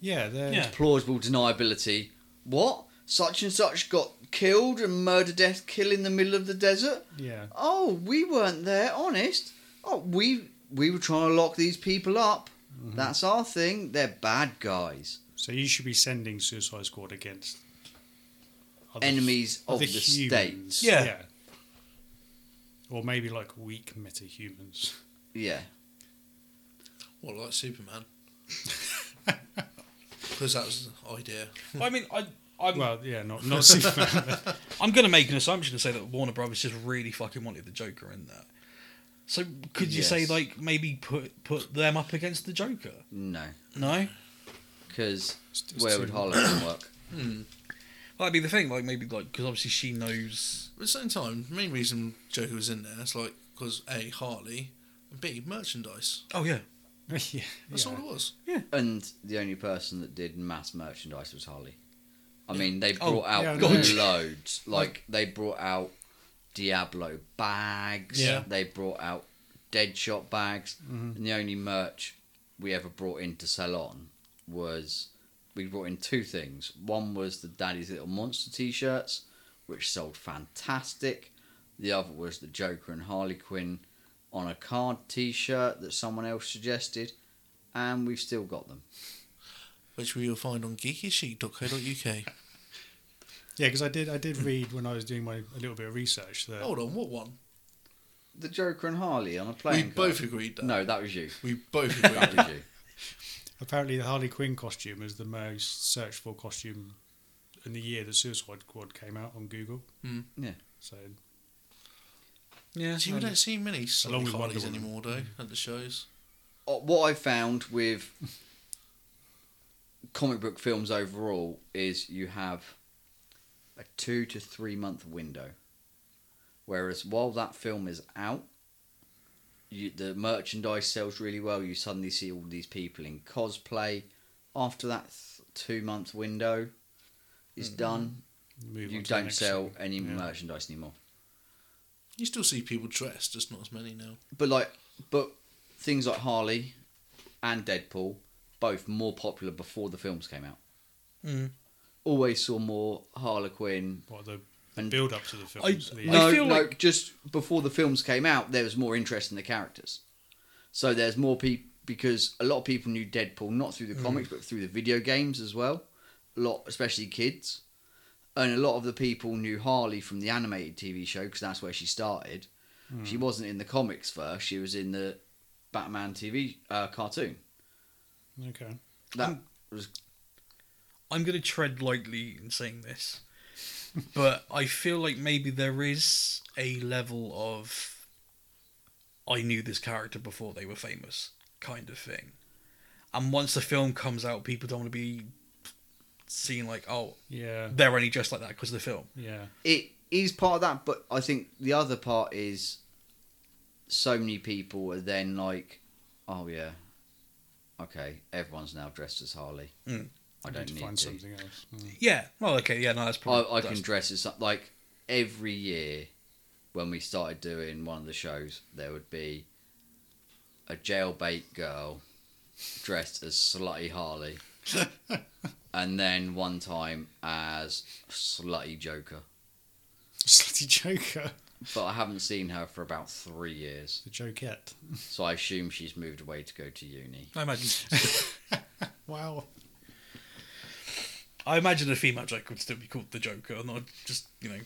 C: yeah, they're
A: Yeah.
B: plausible deniability. What? Such and such got killed and murder death kill in the middle of the desert?
C: yeah.
B: Oh, we weren't there, honest. Oh, we we were trying to lock these people up. That's our thing. They're bad guys.
C: So you should be sending Suicide Squad against other-
B: Enemies of
C: other
B: the
C: humans.
B: state.
A: Yeah.
C: Or maybe like weak metahumans.
B: Yeah.
D: Well, like Superman. Because that was the idea.
A: I mean, I. I'm,
C: Well, yeah, not not Superman.
A: I'm going to make an assumption and say that Warner Brothers just really fucking wanted the Joker in there. So could you say
B: Yes.
A: like maybe put put them up against the Joker?
B: No.
A: No,
B: Because
C: It's- it's
B: where would
C: too-
B: Harlequin work?
A: Well, that'd be the thing. Like maybe like because obviously she knows.
D: But at the same time, the main reason Joker was in there is like because A, Harley, and B, merchandise.
A: Oh yeah,
C: yeah,
D: That's
C: yeah.
D: all it was.
B: And the only person that did mass merchandise was Harley. I mean, they
A: Oh,
B: brought out
C: yeah, I know.
B: loads. Like they brought out Diablo bags.
A: Yeah.
B: They brought out Deadshot bags.
C: Mm-hmm.
B: And the only merch we ever brought in to sell on was we brought in two things. One was the Daddy's Little Monster T-shirts, which sold fantastic. The other was the Joker and Harley Quinn on a card T-shirt that someone else suggested, and we've still got them.
D: Which we will find on geekysheet.co.uk.
C: Yeah, because I did I did read when I was doing my a little bit of research that
D: Hold on, what one?
B: The Joker and Harley on a
D: We
B: playing card.
D: both agreed that.
B: No, that was you.
D: We both
B: That
D: agreed.
B: was you.
C: apparently the Harley Quinn costume is the most searched for costume in the year that Suicide Squad came out on Google.
D: Mm.
B: Yeah.
C: So
A: yeah.
D: See, we don't see many
C: Along
D: Sonic
C: with Wonder
D: Harleys
C: Woman.
D: anymore, though, at the shows.
B: Uh, What I found with comic book films overall is you have a two to three month window. Whereas while that film is out, you, the merchandise sells really well. You suddenly see all these people in cosplay. After that th- two month window
D: Mm-hmm.
B: is done,
C: move
B: you
C: on to the
B: don't
C: next
B: sell
C: one.
B: any
C: Yeah.
B: merchandise anymore.
D: You still see people dressed, just not as many now.
B: But like, but things like Harley and Deadpool, both more popular before the films came out.
A: Mm.
B: Always saw more Harlequin.
C: What the, the
B: And-
C: build up to the films? the-
B: No,
A: feel
B: no,
A: like-
B: just before the films came out, there was more interest in the characters. So there's more people because a lot of people knew Deadpool not through the comics but through the video games as well. A lot, especially kids, and a lot of the people knew Harley from the animated TV show because that's where she started. She wasn't in the comics first; she was in the Batman TV uh, cartoon.
C: Okay.
B: That
A: I'm going to tread lightly in saying this, but I feel like maybe there is a level of I knew this character before they were famous kind of thing. And once the film comes out, people don't want to be seen like, oh,
C: Yeah.
A: they're only dressed like that because of the film.
C: Yeah.
B: it is part of that, but I think the other part is so many people are then like, "Oh yeah, okay, everyone's now dressed as Harley.
A: Mm.
B: I
C: Hmm. need
B: don't
C: to
B: need
C: find
B: to.
C: something else. Mm.
A: Yeah. Well, okay. Yeah, no, that's probably.
B: I, I can
A: that's-
B: dress as some- like every year when we started doing one of the shows, there would be a jailbait girl dressed as slutty Harley, and then one time as slutty Joker.
C: Slutty Joker.
B: But I haven't seen her for about three years,
C: The Jokette.
B: so I assume she's moved away to go to uni.
A: I imagine.
C: Wow.
A: I imagine a female Joker would still be called the Joker, not just you know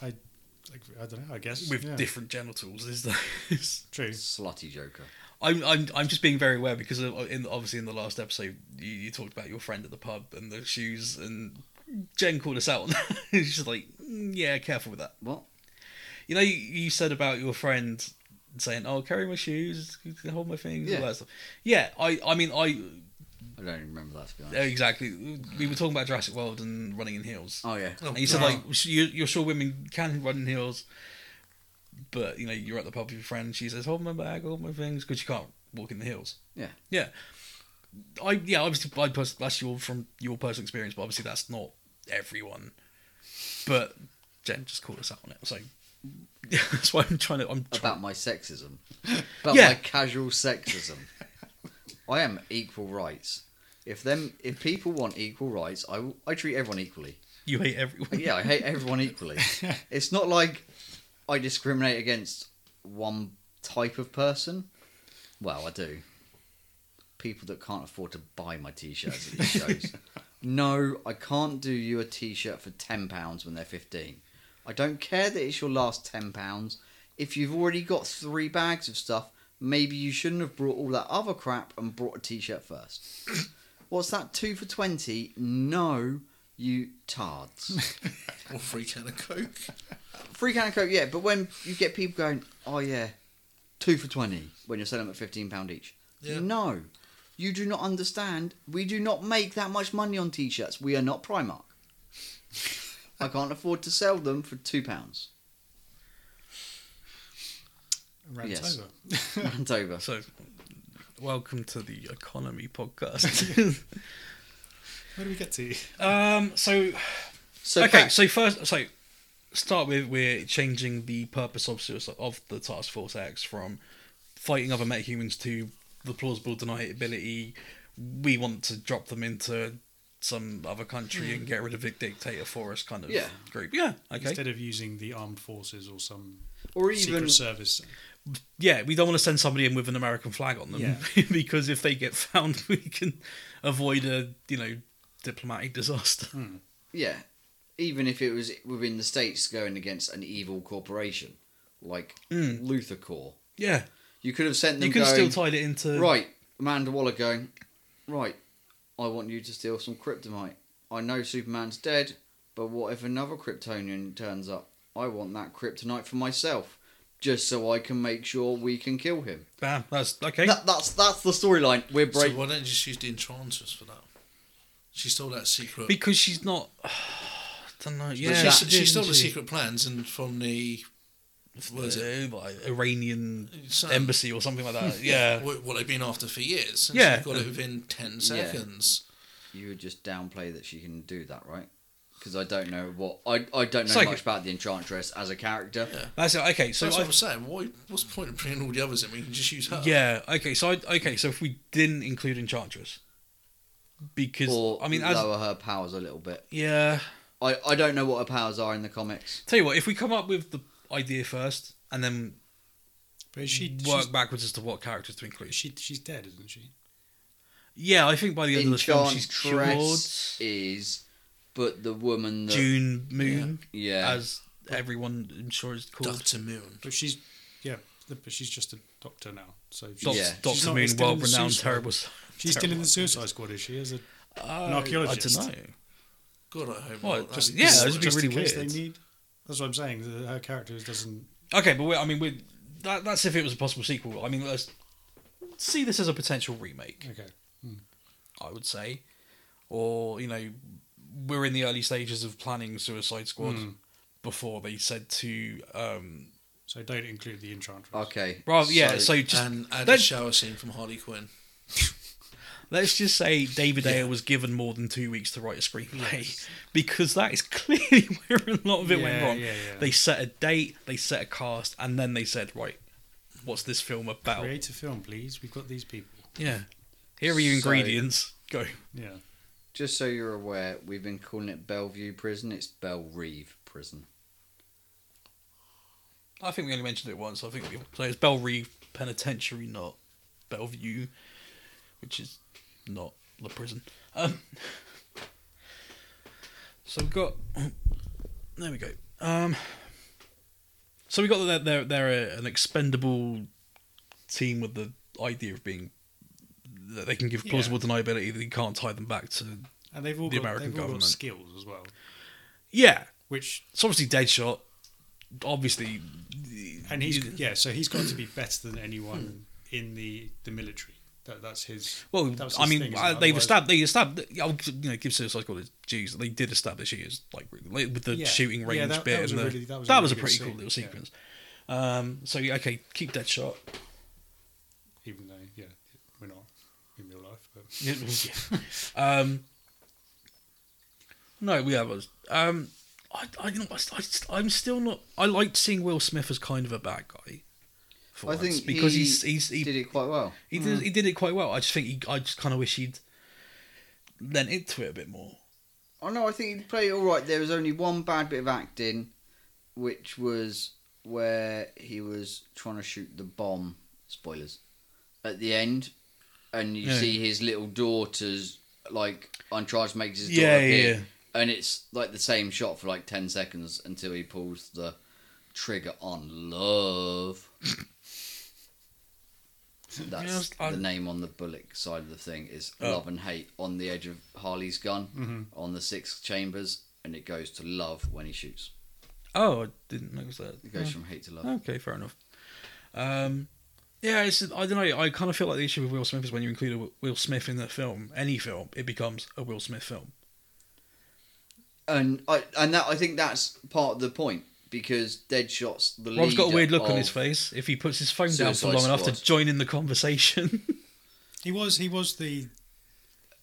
C: I, like, I don't know. I guess
A: with
C: yeah.
A: different genitals. Is those.
C: True.
B: Slutty Joker.
A: I'm, I'm, I'm just being very aware because of, in, obviously in the last episode you, you talked about your friend at the pub and the shoes and Jen called us out on that. She's just like, "Mm, yeah, careful with that.
B: What?
A: You know, you, you said about your friend saying, oh, carry my shoes, you can hold my things, all
B: Yeah.
A: that stuff. Yeah, I, I mean, I
B: I don't even remember that to be honest.
A: exactly. We were talking about Jurassic World and running in heels,
B: Oh yeah.
D: Oh,
A: and you said
D: wow.
A: like, you, you're sure women can run in heels, but you know, you're at the pub with your friend. She says, hold my bag, hold my things, because you can't walk in the heels.
B: Yeah.
A: Yeah. I yeah, obviously I pers- that's your from your personal experience, but obviously that's not everyone. But Jen just called us out on it, so that's why I'm trying to. I'm trying,
B: about my sexism, about
A: Yeah.
B: my casual sexism. I am equal rights. If them, if people want equal rights, I, will- I treat everyone equally.
A: you hate everyone.
B: Yeah, I hate everyone equally. It's not like I discriminate against one type of person. Well, I do. People that can't afford to buy my t-shirts at these shows. no, I can't do you a t-shirt for ten pounds when they're fifteen. I don't care that it's your last ten pounds. If you've already got three bags of stuff, maybe you shouldn't have brought all that other crap and brought a t-shirt first. What's that? Two for twenty? No, you tards.
D: Or free can of Coke.
B: Free can of coke, yeah. But when you get people going, oh yeah, two for twenty when you're selling them at fifteen pound each.
D: Yeah.
B: No, you do not understand. We do not make that much money on t-shirts. We are not Primark. I can't afford to sell them for two pounds.
C: Rant
B: Yes.
C: over.
B: And over.
A: So, welcome to the economy podcast.
C: Where do we get to?
A: um. So
B: So
A: okay.
B: back-
A: So first, so start with we're changing the purpose of suicide, of the Task Force X from fighting other metahumans to the plausible deniability. We want to drop them into some other country and get rid of a dictator for us kind of
B: Hmm. Yeah.
A: group. Yeah. Okay.
C: Instead of using the armed forces or some
B: or even
C: secret service.
A: yeah, we don't want to send somebody in with an American flag on them
C: Yeah.
A: because if they get found, we can avoid a you know diplomatic disaster.
B: yeah, even if it was within the states going against an evil corporation like Luther Corps,
A: Yeah,
B: you could have sent them.
A: Mm. you could have
B: going,
A: still tied it into
B: Right, Amanda Waller going, right, I want you to steal some kryptonite. I know Superman's dead, but what if another Kryptonian turns up? I want that kryptonite for myself, just so I can make sure we can kill him.
A: Bam, that's okay.
B: That, that's that's the storyline. We're
D: So
B: breaking.
D: why don't you just use the Enchantress for that? She stole that secret.
A: Because she's not. I don't know. Yeah,
D: she,
B: that-
D: she stole
A: didn't
D: the secret plans and from the what is it?
A: Uh, like Iranian
D: Some-
A: embassy or something like that. Yeah.
D: What, what they've been after for years. And
A: Yeah.
D: she got it within ten seconds.
B: you would just downplay that she can do that, right? Because I don't know what I, I don't know
A: It's like-
B: much about the Enchantress as a character.
A: That's it. Okay, so
D: That's
A: I,
D: what I'm saying. Why? What's the point of bringing all the others in? We can just use her.
A: yeah. Okay, so I, okay, so if we didn't include Enchantress, because
B: Or
A: I mean, as
B: lower her powers a little bit.
A: yeah,
B: I, I don't know what her powers are in the comics.
A: tell you what, if we come up with the idea first and then
C: But is she,
A: work
C: she's,
A: backwards as to what characters to include.
C: she, she's dead, isn't she?
A: Yeah, I think by the end of the film she's cured.
B: Enchantress is but the woman that,
A: June Moon,
B: yeah,
A: as everyone I'm sure is called.
D: Doctor Moon.
C: But she's yeah, but she's just a doctor now. So she's,
A: Doc-
B: Yeah.
C: she's
A: Doctor
C: not-
A: Moon,
C: still in the
A: well-renowned,
C: Suicide-
A: terrible.
C: She's still in
A: terrible
C: the Suicide Squad, is she? As a
A: An
C: archaeologist.
A: Oh, I don't know.
D: God, I hope
A: Well,
D: not.
A: just-
D: That-
A: yeah,
D: this-
A: it was- would be
C: just in
A: really
C: case
A: weird.
C: They need. That's what I'm saying. the- Her character doesn't.
A: Okay, but we I mean, we're, that, that's if it was a possible sequel. I mean, let's see this as a potential remake.
C: Okay.
A: I would say, or you know, we're in the early stages of planning Suicide Squad
C: Hmm.
A: before they said to um,
C: So don't include the Enchantress.
B: okay,
A: rather yeah. So, just
D: and add a
A: let's-
D: shower scene from Harley Quinn.
A: let's just say David Ayer was given more than two weeks to write a screenplay because that is clearly where a lot of it went
C: Yeah,
A: wrong.
C: yeah, yeah.
A: They set a date, they set a cast, and then they said, right, what's this film about?
C: Create a film, please. We've got these people.
A: Yeah, here are your
B: So-
A: ingredients. Go.
C: Yeah.
B: just so you're aware, we've been calling it Bellevue Prison. It's Belle Reeve Prison.
A: I think we only mentioned it once. I think we so it's Belrive Penitentiary, not Bellevue, which is not the prison. Um, so we've got there we go. Um, so we got that they're they're a, an expendable team with the idea of being that they can give
C: Yeah.
A: plausible deniability that you can't tie them back to.
C: And they've all
A: The
C: got
A: American
C: they've all
A: government.
C: got skills as well,
A: Yeah,
C: which
A: it's obviously Deadshot. Obviously,
C: and he's yeah. So he's got to be better than anyone in the the military. That, that's his.
A: Well,
C: that was
A: I
C: his
A: mean,
C: thing,
A: uh,
C: isn't it?
A: they've
C: Otherwise-
A: established. They established. I'll g- you know give Suicide Squad its dues. They did establish he is like really- like, with the
C: Yeah.
A: shooting
C: Yeah,
A: range
C: that-
A: bit.
C: that was
A: and
C: a
A: the,
C: really-
A: that was a,
C: good
A: pretty
C: scene,
A: cool little
C: yeah.
A: sequence. Um, so yeah, okay, keep that shot.
C: Even though yeah, we're not in real life, but
A: um, no, we have us. Um, I, I, you know, I, st- I, am still not. I liked seeing Will Smith as kind of a bad guy. For
B: I
A: once,
B: think
A: because
B: he
A: he's he's he
B: did it quite well.
A: He did, he did it quite well. I just think he, I just kind of wish he'd lent into it a bit more.
B: Oh no, I think he played it all right. There was only one bad bit of acting, which was where he was trying to shoot the bomb. Spoilers at the end, and you
A: Yeah.
B: see his little daughter's like Uncharged makes his daughter
A: Yeah,
B: appear,
A: yeah.
B: and it's like the same shot for like ten seconds until he pulls the trigger on love.
A: Yeah, I was-
B: That's
A: I-
B: the name on the bullet side of the thing is
A: Oh. Mm-hmm.
B: love and hate on the edge of Harley's gun
C: Mhm.
B: on the six chambers, and it goes to love when he shoots.
A: Oh, I didn't notice that. Hmm.
B: It goes from hate to love.
A: Okay, fair enough. Um, yeah, it's, I don't know. I kind of feel like the issue with Will Smith is when you include a Wi- Will Smith in the film, any film, it becomes a Will Smith film.
B: And I and that I think that's part of the point because Deadshot's the.
A: Rob's got a
B: leader
A: weird look on
B: of-
A: his face if he puts his phone down for
B: Suicide
A: long enough to
B: Squad.
A: join in the conversation.
C: he was he was the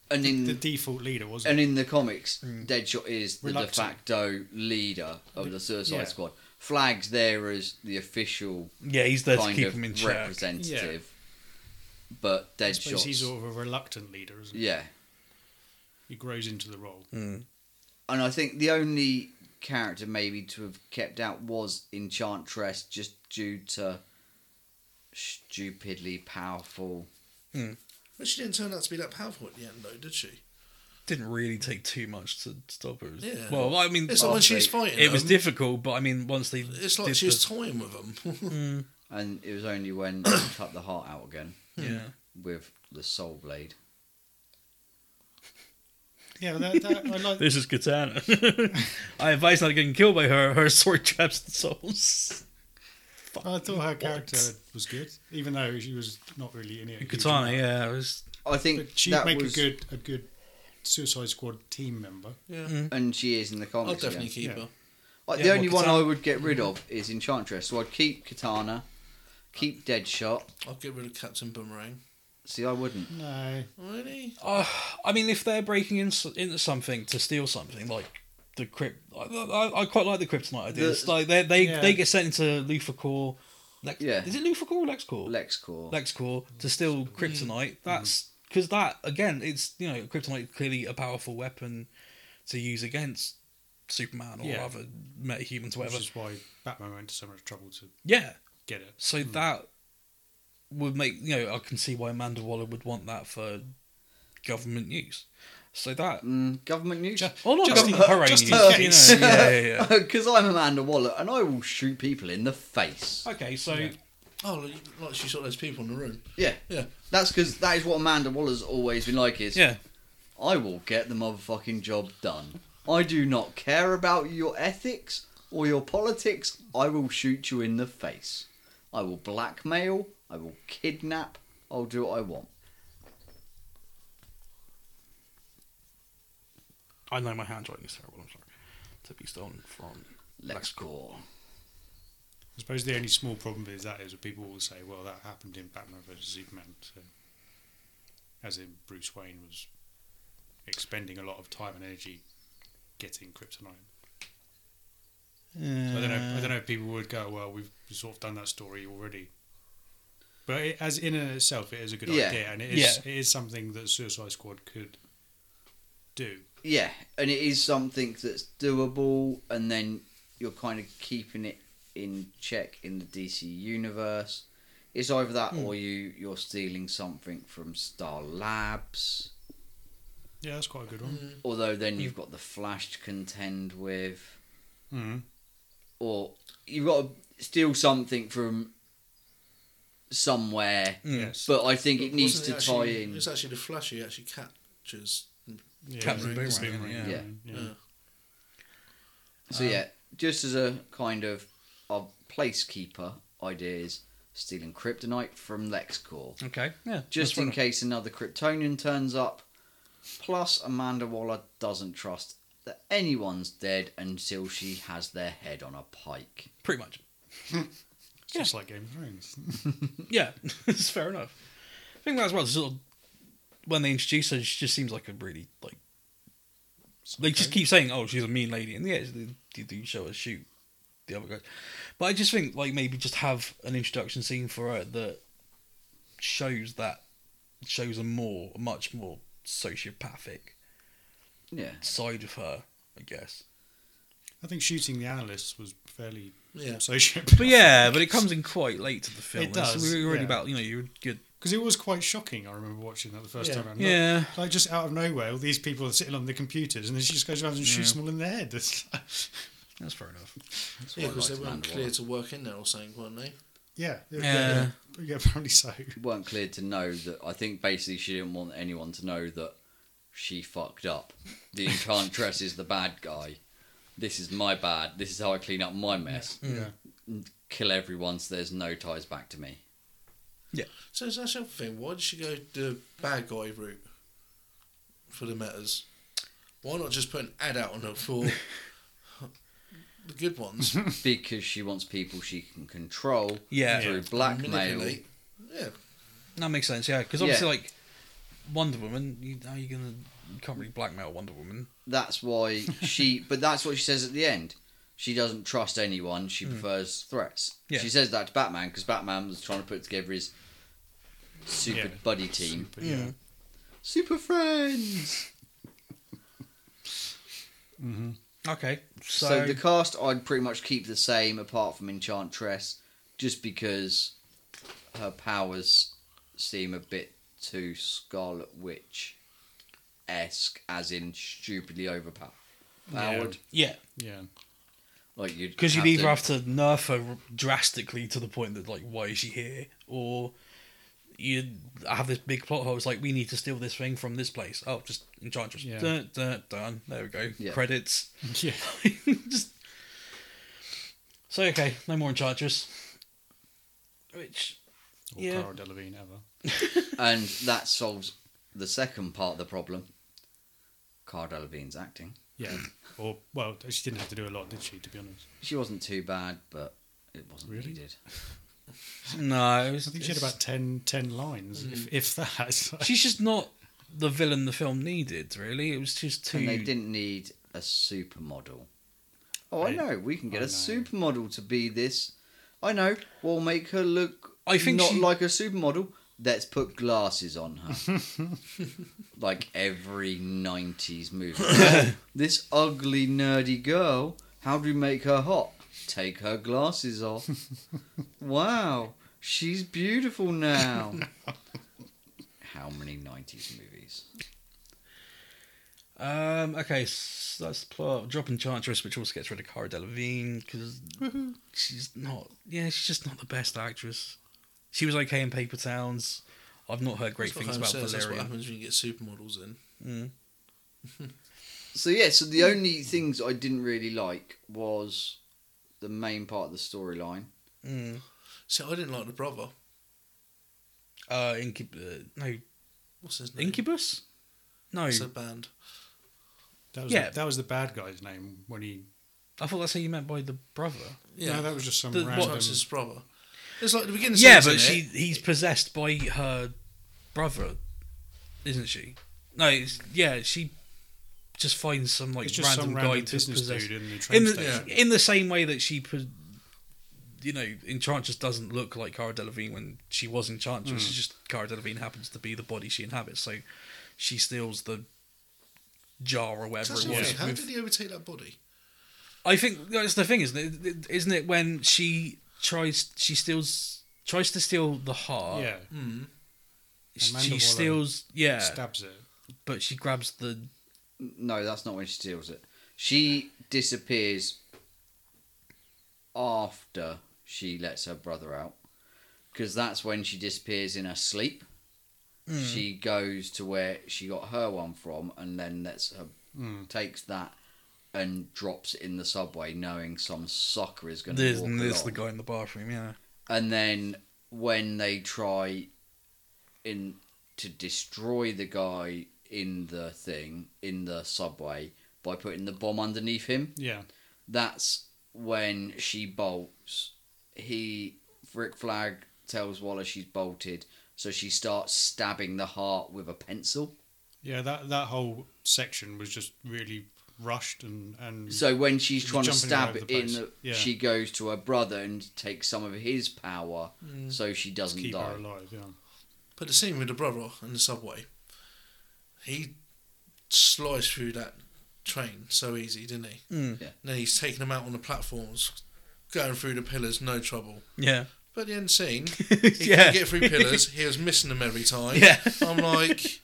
B: and in
C: the default leader, wasn't
B: and in the comics,
A: Mm.
B: Deadshot is the de
C: Reluctant.
B: facto leader of the Suicide
C: Yeah.
B: Squad. Flags there as the official
A: yeah, he's there to
B: kind
A: keep
B: of
A: him in check.
B: representative, but
C: he? I suppose he's
B: Deadshot.
C: sort of a reluctant leader, isn't he?
B: Yeah,
C: He grows into the role.
B: and I think the only character maybe to have kept out was Enchantress, just due to stupidly powerful.
D: But she didn't turn out to be that powerful at the end, though, did she?
A: Didn't really take too much to stop her.
D: Yeah.
A: Well, I mean,
D: It's like when she was
B: Obviously,
D: fighting.
A: it was
D: them,
A: difficult, but I mean, once they
D: It's like
A: did
D: she was
A: the-
D: toying with them.
B: And it was only when he cut the heart out again
A: yeah.
B: with the soul blade.
C: Yeah, that, that, I like.
A: This is Katana. I advise not getting killed by her. Her sword traps the souls.
C: I thought her
A: What?
C: character was good, even though she was not really in it. a huge
A: Katana,
C: amount.
A: yeah, it was
B: I think
C: But she'd
B: that
C: make
B: was,
C: a good a good Suicide Squad team member.
A: Mm.
D: yeah,
B: and she is in the
D: I'll
B: comics.
D: definitely
B: again.
D: keep
C: Yeah.
D: her.
B: Like,
A: Yeah,
B: the only
A: well,
B: one
A: Katana-
B: I would get rid of is Enchantress. So I'd keep Katana, keep Deadshot.
D: I'll get rid of Captain Boomerang.
B: See, I wouldn't.
C: No,
D: Really?
A: Uh, I mean, if they're breaking in, into something to steal something, like the crypt, I, I, I quite like the kryptonite idea. It's
B: The-
A: like they they,
C: Yeah.
A: they get sent into Lufacore. Lex,
B: Yeah.
A: Is it Lufacore or LexCore?
B: LexCorp.
A: LexCore to steal
C: Mm.
A: kryptonite. That's because that again, it's you know kryptonite clearly a powerful weapon to use against Superman or
C: Yeah.
A: other metahumans,
C: which
A: whatever.
C: is why Batman went to so much trouble to
A: Yeah.
C: get it.
A: So that would make you know I can see why Amanda Waller would want that for government use. So that.
B: Mm, government news.
C: Ju-
A: Oh, no,
C: just in-
A: government hooray
C: just in
A: news,
C: case.
A: you know, yeah, yeah, yeah.
B: Because I'm Amanda Waller and I will shoot people in the face.
A: Okay, so
D: Oh, like- like she saw those people in the room.
B: Yeah.
D: Yeah.
B: That's because that is what Amanda Waller's always been like is
A: yeah,
B: I will get the motherfucking job done. I do not care about your ethics or your politics. I will shoot you in the face. I will blackmail. I will kidnap. I'll do what I want.
A: I know my handwriting is terrible. I'm sorry. To be stolen from.
B: Let's go.
C: I suppose the only small problem with that is that people will say, well, that happened in Batman vs Superman. So, as in, Bruce Wayne was expending a lot of time and energy getting kryptonite. So I don't know. I
A: Uh.
C: don't know if people would go, well, we've sort of done that story already. But it, as in and of itself, it is a good
B: Yeah.
C: idea, and it is
A: Yeah.
C: it is something that Suicide Squad could do.
B: Yeah, and it is something that's doable, and then you're kind of keeping it in check in the DC universe. It's either that or you you're stealing something from Star Labs.
C: Yeah, that's quite a good one.
B: Although then you've got the Flash to contend with.
C: Mm.
B: or you've got to steal something from somewhere.
C: Yes.
B: But I think it
D: Wasn't
B: needs to tie
D: actually-
B: in.
D: It's actually the Flash who actually captures.
C: Yeah,
A: Captain
C: the
A: Boomerang, yeah.
B: Yeah.
D: Yeah.
B: So yeah,
A: Um,
B: just as a kind of a placekeeper idea is stealing kryptonite from LexCorp,
A: mm. Okay, yeah.
B: just
A: that's
B: in
A: right.
B: case another Kryptonian turns up. Plus, Amanda Waller doesn't trust that anyone's dead until she has their head on a pike.
A: Pretty much.
C: It's just like Game of Thrones.
A: Yeah, it's fair enough. I think that as well. Sort of, when they introduce her, she just seems like a really like. They just keep saying, "Oh, she's a mean lady," and yeah, they, they do show her shoot the other guys. But I just think like maybe just have an introduction scene for her that shows that shows a more, a much more sociopathic
B: Yeah.
A: side of her, I guess.
C: I think shooting the analysts was fairly
D: Yeah.
C: sociopathic.
A: But yeah, but it comes in quite late to the film.
C: It
A: It's-
C: does,
A: We're already
C: yeah.
A: about you know you're good.
C: Because it was quite shocking. I remember watching that the first
D: Yeah.
C: time around.
A: Yeah.
C: Like, like, just out of nowhere, all these people are sitting on the computers, and then she just goes around and shoots them all in the head. It's like-
A: That's fair enough.
B: That's why
D: Yeah,
B: I liked
D: because they weren't
B: Amanda
D: clear
B: Waller.
D: to work in there or something, weren't they?
C: yeah, yeah,
A: Yeah.
C: yeah, yeah, apparently so.
B: weren't cleared to know that I think basically she didn't want anyone to know that she fucked up. The enchantress is the bad guy. This is my bad. This is how I clean up my mess.
C: Yeah,
B: Kill everyone so there's no ties back to me.
D: So that's the other thing. Why did she go the bad guy route for the metas? Why not just put an ad out on her for the good ones?
B: Because she wants people she can control
A: Yeah.
B: through blackmail.
D: Manipulate. Yeah.
A: That makes sense, yeah. Because obviously,
B: Yeah.
A: like Wonder Woman, you, how you gonna? You can't really blackmail Wonder Woman.
B: That's why she. But that's what she says at the end. She doesn't trust anyone. She prefers threats.
A: Yeah.
B: She says that to Batman because Batman was trying to put together his super
C: Yeah.
B: buddy team.
C: Mm, but yeah.
B: Super friends.
A: Okay, so,
B: So, the cast I'd pretty much keep the same apart from Enchantress, just because her powers seem a bit too Scarlet Witch esque, as in stupidly overpowered. Powered.
A: yeah,
C: yeah.
B: Like you'd
A: because you'd
B: have
A: either
B: to-
A: have to nerf her drastically to the point that like, why is she here? Or you'd have this big plot hole. It's like we need to steal this thing from this place. Oh, just Enchantress.
C: Yeah.
A: Dun, dun, dun. There we go.
B: Yeah.
A: Credits.
C: yeah.
A: just so okay, no more Enchantress. Which
C: Or
A: Yeah.
C: Cara Delevingne ever.
B: and that solves the second part of the problem. Cara Delevingne's acting.
C: Yeah. Or well, she didn't have to do a lot, did she? To be honest,
B: She wasn't too bad, but it wasn't
C: Really?
B: needed.
A: no, it was,
C: I think she had about 10, 10 lines, if, if that. It's like-
A: She's just not the villain the film needed, really. It was just too.
B: And they didn't need a supermodel. Oh, I,
C: I-
B: know. We can get
C: I
B: a
C: know.
B: supermodel to be this. I know. We'll make her look
A: I think
B: not
A: she-
B: like a supermodel. Let's put glasses on her. like every 90s movie. Oh, this ugly, nerdy girl, how do we make her hot? Take her glasses off. wow. She's beautiful now. how many 90s movies?
A: Um, okay, so that's the plot. Drop in Chantress, which also gets rid of Cara Delevingne because
D: Mm-hmm.
A: she's not. Yeah, she's just not the best actress. She was okay in Paper Towns. I've not heard great
D: That's what
A: things
D: Holmes
A: about
D: says, That's what
A: Valerian.
D: happens when you get supermodels in.
A: Mm.
B: So yeah, so the only things I didn't really like was the main part of the storyline.
A: Mm.
D: See, I didn't like the brother.
A: Uh, Incub- uh, no,
D: What's his name?
A: Incubus. No,
D: It's a band.
C: That was
A: Yeah.
C: the, that was the bad guy's name when he.
A: I thought that's how you meant by the brother.
D: Yeah,
C: No, that was just some
A: The- what-
C: random.
D: That's his brother. It's like the beginning.
A: yeah,
D: scenes,
A: but
D: isn't
A: she
D: it?
A: he's possessed by her brother, isn't she? No, it's, yeah, she just finds some like
C: it's just
A: random
C: some
A: guy
C: random
A: to
C: business
A: possess.
C: dude in the train
A: in the
C: station.
D: Yeah.
A: in the same way that she, pos- you know, Enchantress doesn't look like Cara Delevingne when she was Enchantress.
C: Hmm.
A: It's just Cara Delevingne happens to be the body she inhabits, so she steals the jar or whatever
D: That's
A: it
D: the
A: was.
D: thing, How
A: with-
D: did he overtake that body?
A: I think that's the thing, isn't it? Isn't it when she tries, she steals, tries to steal the heart.
C: Yeah, Amanda
A: she
C: Waller
A: steals, yeah,
C: stabs it.
A: but she grabs the
B: No, that's not when she steals it. She disappears after she lets her brother out. Because that's when she disappears in her sleep. She goes to where she got her one from and then lets her
C: Mm.
B: takes that and drops it in the subway knowing some sucker is gonna
A: there's,
B: walk along.
A: there's the guy in the bathroom, yeah.
B: and then when they try in to destroy the guy in the thing in the subway by putting the bomb underneath him
C: Yeah,
B: that's when she bolts he Rick Flag tells Waller she's bolted so she starts stabbing the heart with a pencil
C: Mm-hmm. yeah. That that whole section was just really rushed and and
B: So when she's
C: She's
B: trying to
C: jumping all
B: stab
C: over
B: it
C: the
B: in,
C: place.
B: the,
C: Yeah.
B: she goes to her brother and takes some of his power, so she doesn't
C: Mm. keep
B: die.
C: her alive. Yeah,
D: But the scene with the brother in the subway, he sliced through that train so easy, didn't he?
A: Mm.
B: Yeah.
D: then he's taking them out on the platforms, going through the pillars, no trouble.
A: Yeah.
D: But the end scene, he
A: Yeah.
D: could get through pillars. He was missing them every time.
A: Yeah.
D: I'm like,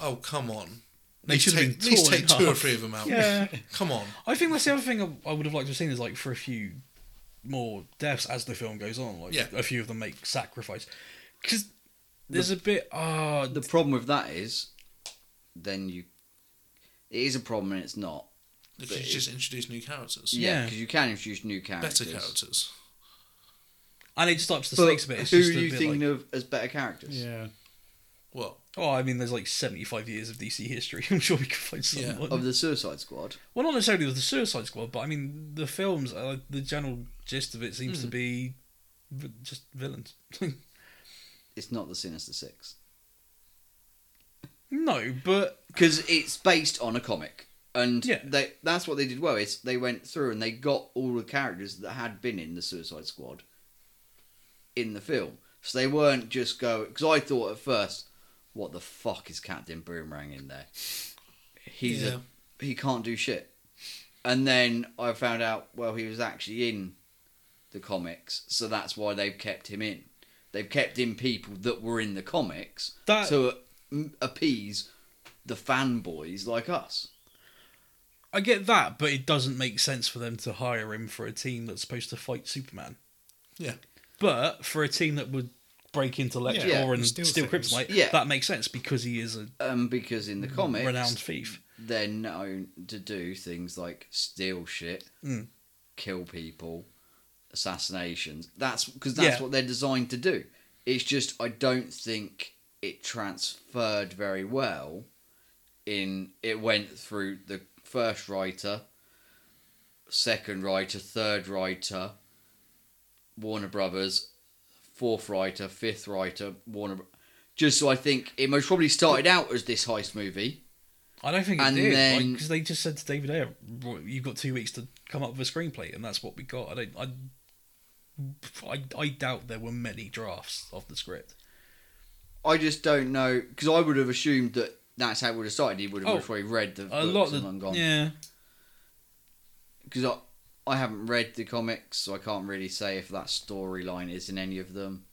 D: oh come on.
A: They should have been
D: take, at least
A: torn
D: take
A: in
D: two or
A: half.
D: three of them out.
A: Yeah.
D: Come on.
A: I think that's the other thing I, I would have liked to have seen is like for a few more deaths as the film goes on, like
D: Yeah.
A: a few of them make sacrifice. Because there's a bit, ah,
B: The problem with that is, then you, it is a problem and it's not.
D: Because you just introduce new characters.
B: Yeah,
A: Yeah.
B: because you can introduce new characters.
D: Better characters.
A: and it just ups the
B: But
A: stakes a bit. It's
B: who are
A: just a
B: you
A: bit
B: thinking
A: like,
B: of as better characters?
C: yeah.
D: Well,
A: oh, I mean, there's like 75 years of DC history. I'm sure we could find
D: Yeah.
A: someone.
B: Of the Suicide Squad.
A: well, not necessarily with the Suicide Squad, but I mean, the films, uh, the general gist of it seems
B: Hmm.
A: to be v- just villains.
B: It's not the Sinister Six
A: no, but
B: because it's based on a comic, and
A: Yeah.
B: they, that's what they did well. Is they went through and they got all the characters that had been in the Suicide Squad in the film, so they weren't just go. Because I thought at first, what the fuck is Captain Boomerang in there? He's
D: Yeah.
B: a he can't do shit, and then I found out well he was actually in the comics, so that's why they've kept him in. They've kept in people that were in the comics
A: that.
B: to m- appease the fanboys like us.
A: I get that, but it doesn't make sense for them to hire him for a team that's supposed to fight Superman.
D: Yeah.
A: But for a team that would break into Elector
B: Yeah.
A: and steal,
C: Steal things.
A: Kryptonite,
B: Yeah.
A: that makes sense because he is a
B: Um, because in the comics,
A: renowned thief.
B: they're known to do things like steal shit,
A: Mm.
B: kill people, assassinations. That's because that's
A: Yeah.
B: what they're designed to do. It's just I don't think it transferred very well. In it went through the first writer, second writer, third writer, Warner Brothers, fourth writer, fifth writer, Warner. Bro- Just so I think it most probably started out as this heist movie.
A: I don't think
B: And
A: it did
B: then-
A: because they just said to David Ayer, "Roy, "You've got two weeks to come up with a screenplay," and that's what we got. I don't. I, I, I doubt there were many drafts of the script.
B: I just don't know because I would have assumed that that's how it would have started. He would have
A: Oh,
B: probably read the
A: A
B: books
A: lot of
B: and
A: the,
B: gone
A: yeah,
B: because I I haven't read the comics, so I can't really say if that storyline is in any of them.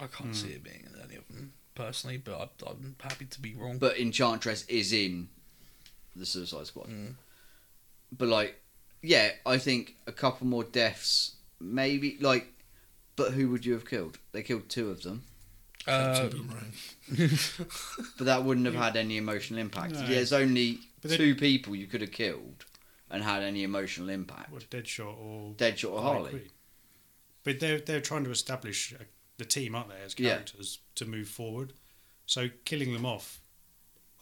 A: I can't see it being in any of them personally, but I, I'm happy to be wrong.
B: But Enchantress is in the Suicide Squad.
A: Mm.
B: But like, yeah, I think a couple more deaths, maybe like. But who would you have killed? They killed two of them,
A: Uh,
D: Captain Boomerang.
B: but that wouldn't have had any emotional impact.
C: No.
B: There's only
C: But they-
B: two people you could have killed and had any emotional impact:
C: Or Deadshot or
B: Deadshot or
C: Harley
B: Harley.
C: Quinn. But they're they're trying to establish uh, the team, aren't they, as
B: Yeah.
C: characters to move forward. So killing them off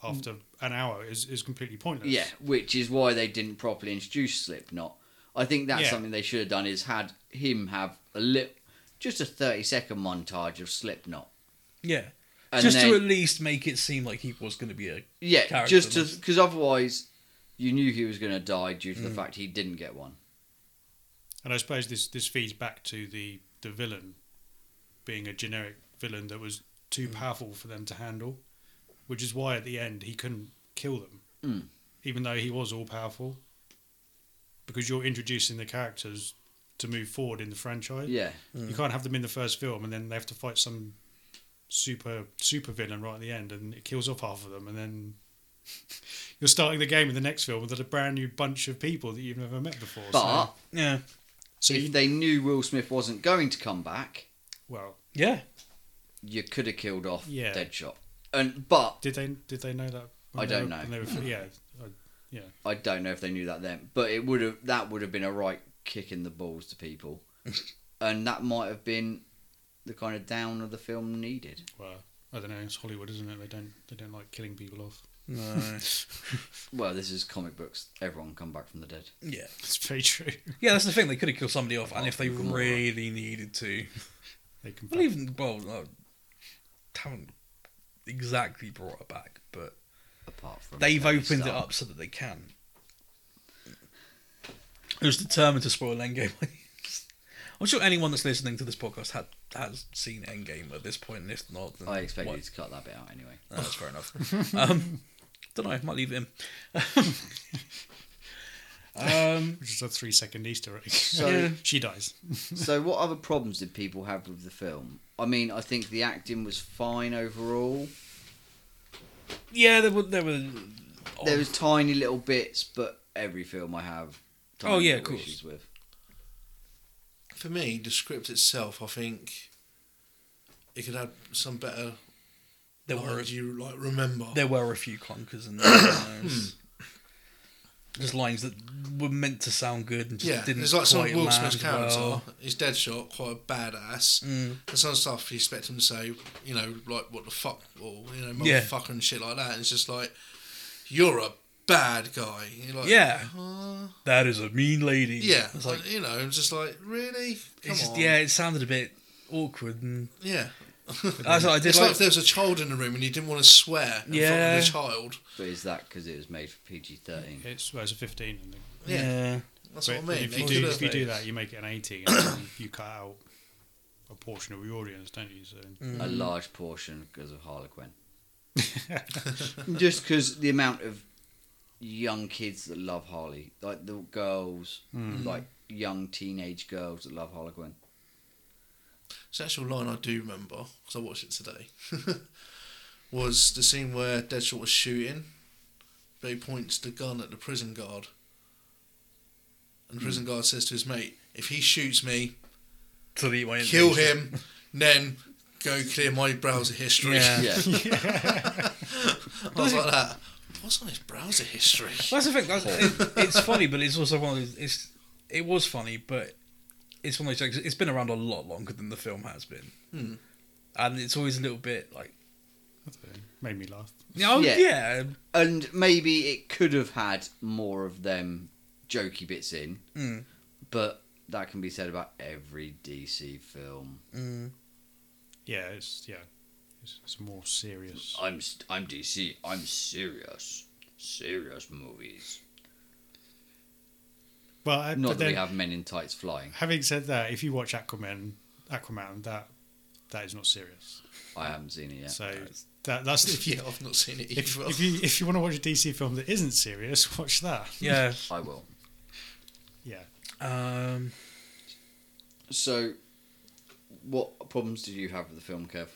C: after an hour is, is completely pointless.
B: Mm. Yeah, which is why they didn't properly introduce Slipknot. I think that's
C: Yeah.
B: something they should have done is had him have a little, just a thirty second montage of Slipknot,
A: yeah.
B: and
A: just
B: then
A: to at least make it seem like he was going to be a
B: yeah,
A: character
B: just to
A: enough.
B: because otherwise you knew he was going to die due to
C: Mm.
B: the fact he didn't get one.
C: And I suppose this, this feeds back to the, the villain being a generic villain that was
B: Mm.
C: too powerful for them to handle, which is why at the end he couldn't kill them,
B: Mm.
C: even though he was all powerful. Because you're introducing the characters to move forward in the franchise.
B: Yeah,
C: You can't have them in the first film and then they have to fight some super super villain right at the end and it kills off half of them and then you're starting the game in the next film with a brand new bunch of people that you've never met before.
B: but
C: so,
A: yeah,
C: so you,
B: if they knew Will Smith wasn't going to come back,
C: well,
A: yeah.
B: you could have killed off
C: Yeah.
B: Deadshot. And but
C: Did they did they know that? when
B: I
C: they
B: don't
C: were-
B: know.
C: when They were, yeah, I-
B: I don't know if they knew that then, but it would have that would have been a right kick in the balls to people, and that might have been the kind of down of the film needed.
C: well, I don't know. It's Hollywood, isn't it? They don't they don't like killing people off.
A: No.
B: Well, this is comic books. Everyone come back from the dead.
A: yeah,
C: It's very true.
A: yeah. That's the thing. They could have killed somebody off, and if they
B: Come on.
A: really needed to,
C: They can.
A: well, even well, no, haven't exactly brought her back, but
B: Apart from
A: they've
B: Tony
A: opened it
B: Stark.
A: up so that they can. I was determined to spoil Endgame. I'm sure anyone that's listening to this podcast had, has seen Endgame at this point, and if not, then
B: I expect
A: what-
B: you to cut that bit out anyway.
A: No, that's fair enough. Um, don't know. I might leave him. um,
C: Which is a three second Easter egg. So
B: So-
C: she dies.
B: so, what other problems did people have with the film? I mean, I think the acting was fine overall.
A: yeah, there were there were. Oh.
B: There was tiny little bits, but every film I have. Tiny
A: Oh, yeah,
B: little
A: of course.
B: Issues with.
D: For me, the script itself, I think it could have some better.
A: there
D: line
A: were
D: do you like remember?
A: there were a few clunkers in there. you know, it's- Just lines that were meant to sound good and just
D: yeah,
A: didn't.
D: there's like some
A: quite
D: Will
A: land
D: Smith character.
A: well.
D: He's Deadshot, quite a badass.
A: Mm.
D: And some stuff you expect him to say, you know, like what the fuck, or you know,
A: Yeah.
D: motherfucker and shit like that. And it's just like, you're a bad guy. You're like,
A: Yeah.
D: "Huh?"
A: That is a mean lady.
D: yeah.
A: it's like
D: you know, it's just like really. Come
A: it's just,
D: on.
A: yeah, it sounded a bit awkward and
D: yeah.
A: that's what I did
D: It's like,
A: like.
D: if there was a child in the room and you didn't want to swear in
A: Yeah.
D: front of the child.
B: But is that because it was made for PG thirteen?
C: It's well, it's a fifteen. I think.
D: Yeah,
A: yeah,
D: that's
C: But
D: what I mean.
C: If
D: They
C: you do
D: could've-
C: if you do that, you make it an eighteen. and then you cut out a portion of your audience, don't you? So
B: a large portion because of Harlequin. Just because the amount of young kids that love Harley, like the girls,
C: Mm-hmm.
B: like young teenage girls that love Harlequin.
D: It's an actual line I do remember because I watched it today. was the scene where Deadshot was shooting, but he points the gun at the prison guard, and the prison guard says to his mate, "If he shoots me,
A: to the way
D: kill him, then go clear my browser history."
A: Yeah.
B: Yeah,
D: I was like that. What's on his browser history?
A: That's the thing. That's, it, it's funny, but it's also one of those. It's it was funny, but it's one of those. jokes- It's been around a lot longer than the film has been,
D: Hmm.
A: and it's always a little bit like,
C: made me laugh.
A: you know,
B: Yeah.
A: yeah,
B: and maybe it could have had more of them jokey bits in,
A: Mm.
B: but that can be said about every DC film.
A: Mm.
C: Yeah, it's yeah, it's, it's more serious.
B: I'm s- I'm DC. I'm serious. Serious movies.
C: Well, I,
B: Not
C: Uh, but
B: that we
C: then,
B: have men in tights flying.
C: having said that, if you watch Aquaman, Aquaman, that that is not serious.
B: I haven't seen it yet.
C: so
A: that's-
C: that that's if you
D: yeah, I've not seen it either.
C: if, if you if you want to watch a DC film that isn't serious, watch that.
A: yeah.
B: I will.
C: Yeah,
A: Um,
B: So, what problems did you have with the film, Kev?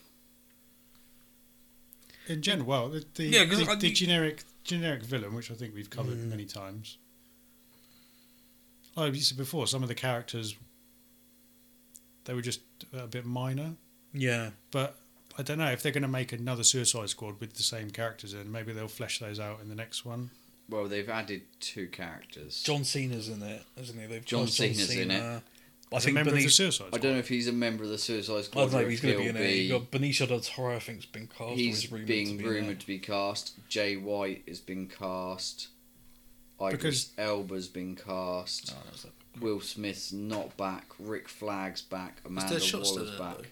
C: in general, well, the the,
A: Yeah, 'cause
C: the,
A: I-
C: the generic generic villain, which I think we've covered
B: Mm.
C: many times. Like you said before, some of the characters they were just a bit minor,
A: Yeah.
C: but I don't know if they're going to make another Suicide Squad with the same characters, and maybe they'll flesh those out in the next one.
B: Well, they've added two characters.
A: John Cena's in it, isn't he? They've
B: John
A: got
B: Cena's in
A: Cena. I
C: As a
A: think
C: member of the
A: Benicio.
C: Suicide
B: I
C: Squad.
B: don't know if he's a member of the Suicide
A: I
B: Squad.
A: don't know
B: or
A: if he's
B: if
A: going to be
B: he'll
A: in it. You've got Benicio del Toro, I think, has been cast. or
B: He's
A: is rumoured
B: being
A: to be in it.
B: rumored to be cast. Jay White has been cast. Idris
C: Because-
B: Elba's been cast.
A: Oh, that's it.
B: Will Smith's not back. Rick Flag's back. Amanda
D: Deadshot still in
B: Waller's
D: it,
B: back.
D: though?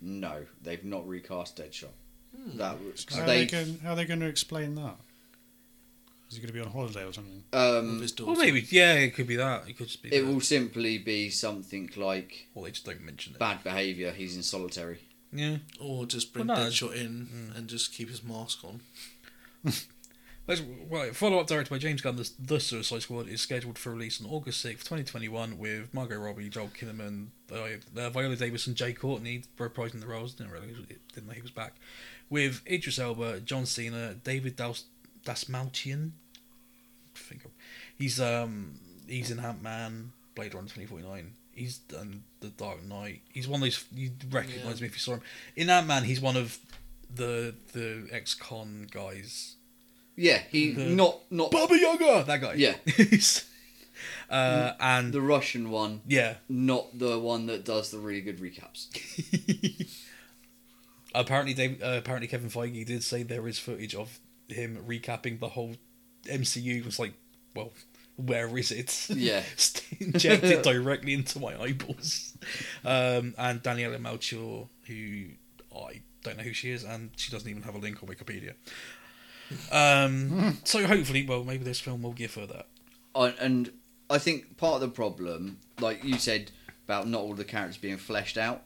B: No, they've not recast Deadshot. Hmm.
A: Hmm.
B: That was
C: How, are
B: they,
C: they going, how are they going to explain that? Is he going to be on holiday or something?
D: With
B: um,
D: his daughter.
A: Well, maybe. Yeah, it could be that. It could just be.
B: it
A: that.
B: will simply be something like
A: Well, they just don't mention it.
B: bad behavior. He's in solitary.
A: Yeah.
D: Or just bring
A: Well, no.
D: Deadshot in and just keep his mask on.
A: Let's, right, follow-up directed by James Gunn, the, the Suicide Squad is scheduled for release on August sixth, twenty twenty-one, with Margot Robbie, Joel Kinnaman, Vi- uh, Viola Davis, and Jay Courtney reprising the roles. Didn't realize, didn't know he was back. With Idris Elba, John Cena, David Das Dasmalchian. I think he's um he's in Ant Man, Blade Runner twenty forty-nine. He's done The Dark Knight. He's one of those you recognize him if you saw him in Ant Man. He's one of the the ex-con guys.
B: Yeah, he not not
A: Baba Yaga, that guy.
B: Yeah. Mm.
A: uh, and
B: the Russian one,
A: yeah,
B: not the one that does the really good recaps.
A: apparently, Dave, uh, apparently Kevin Feige did say there is footage of him recapping the whole MCU. It's like, well, where is it?
B: Yeah.
A: It's injected directly into my eyeballs. Um, and Daniela Melchior, who I don't know who she is, and she doesn't even have a link on Wikipedia.
B: Hmm.
A: Um, so hopefully, well, maybe this film will give her that.
B: I- and I think part of the problem, like you said about not all the characters being fleshed out,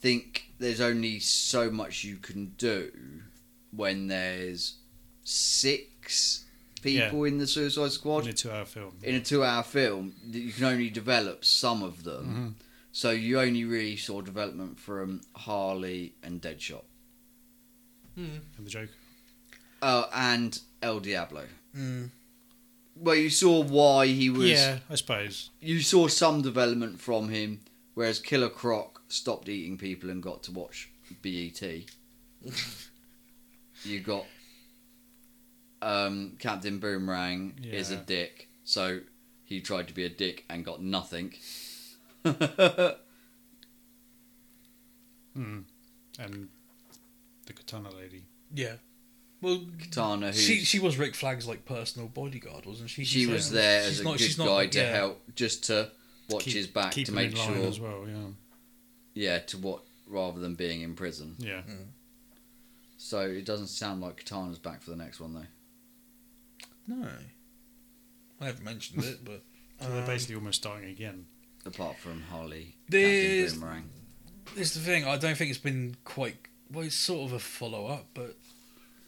B: think there's only so much you can do when there's six people in the Suicide Squad
C: In a two-hour film.
B: in a two-hour film. that You can only develop some of them,
C: Mm-hmm.
B: so you only really saw development from Harley and Deadshot,
C: And the Joker.
B: uh, and El Diablo.
A: Mm.
B: Well, you saw why he was.
C: Hmm. Yeah, I suppose.
B: you saw some development from him, whereas Killer Croc stopped eating people and got to watch BET. you got um, Captain Boomerang is a
C: Yeah.
B: dick, so he tried to be a dick and got nothing.
C: Mm. And the Katana lady.
A: Yeah. Well,
B: Katana, who
A: She
B: she,
A: she was Rick Flagg's like personal bodyguard, wasn't she? She's
B: was there
A: she's
B: as a
A: not-
B: good
A: she's not-
B: guy to
A: yeah.
B: help, just to watch
C: Keep-
B: his back
C: keep
B: to
C: him
B: make
C: in line
B: sure,
C: as well. Yeah,
B: yeah, to what rather than being in prison.
C: yeah.
B: So it doesn't sound like Katana's back for the next one though.
A: No, I haven't mentioned it, but
C: So they're
A: um,
C: basically almost starting again.
B: apart from Holly,
A: There's-
B: Captain Boomerang.
A: this is um, the thing. I don't think it's been quite well. It's sort of a follow up, but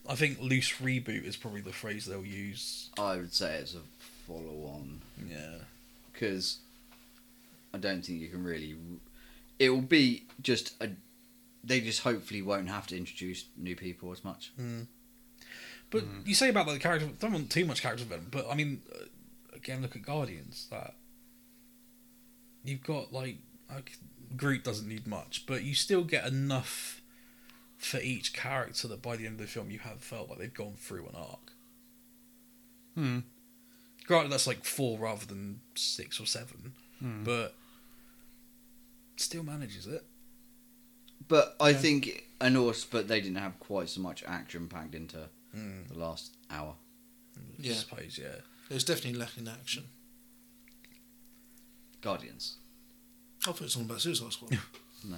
A: I think loose reboot is probably the phrase they'll use.
B: I would say it's a follow-on
A: Yeah,
B: because I don't think you can really. It will be just a. They just hopefully won't have to introduce new people as much.
A: but you say about like, the character. Don't want too much character development, but I mean, uh, again, look at Guardians. That you've got like, like Groot doesn't need much, but you still get enough for each character that by the end of the film you have felt like they've gone through an arc.
C: Hmm.
A: Granted, that's like four rather than six or seven, but still manages it.
B: But I think, and also, but they didn't have quite so much action packed into
A: Mm.
B: the last hour.
A: I
D: Yeah.
A: suppose, yeah.
D: There's definitely lacking action.
B: Guardians.
D: I thought it was all about Suicide Squad.
B: No,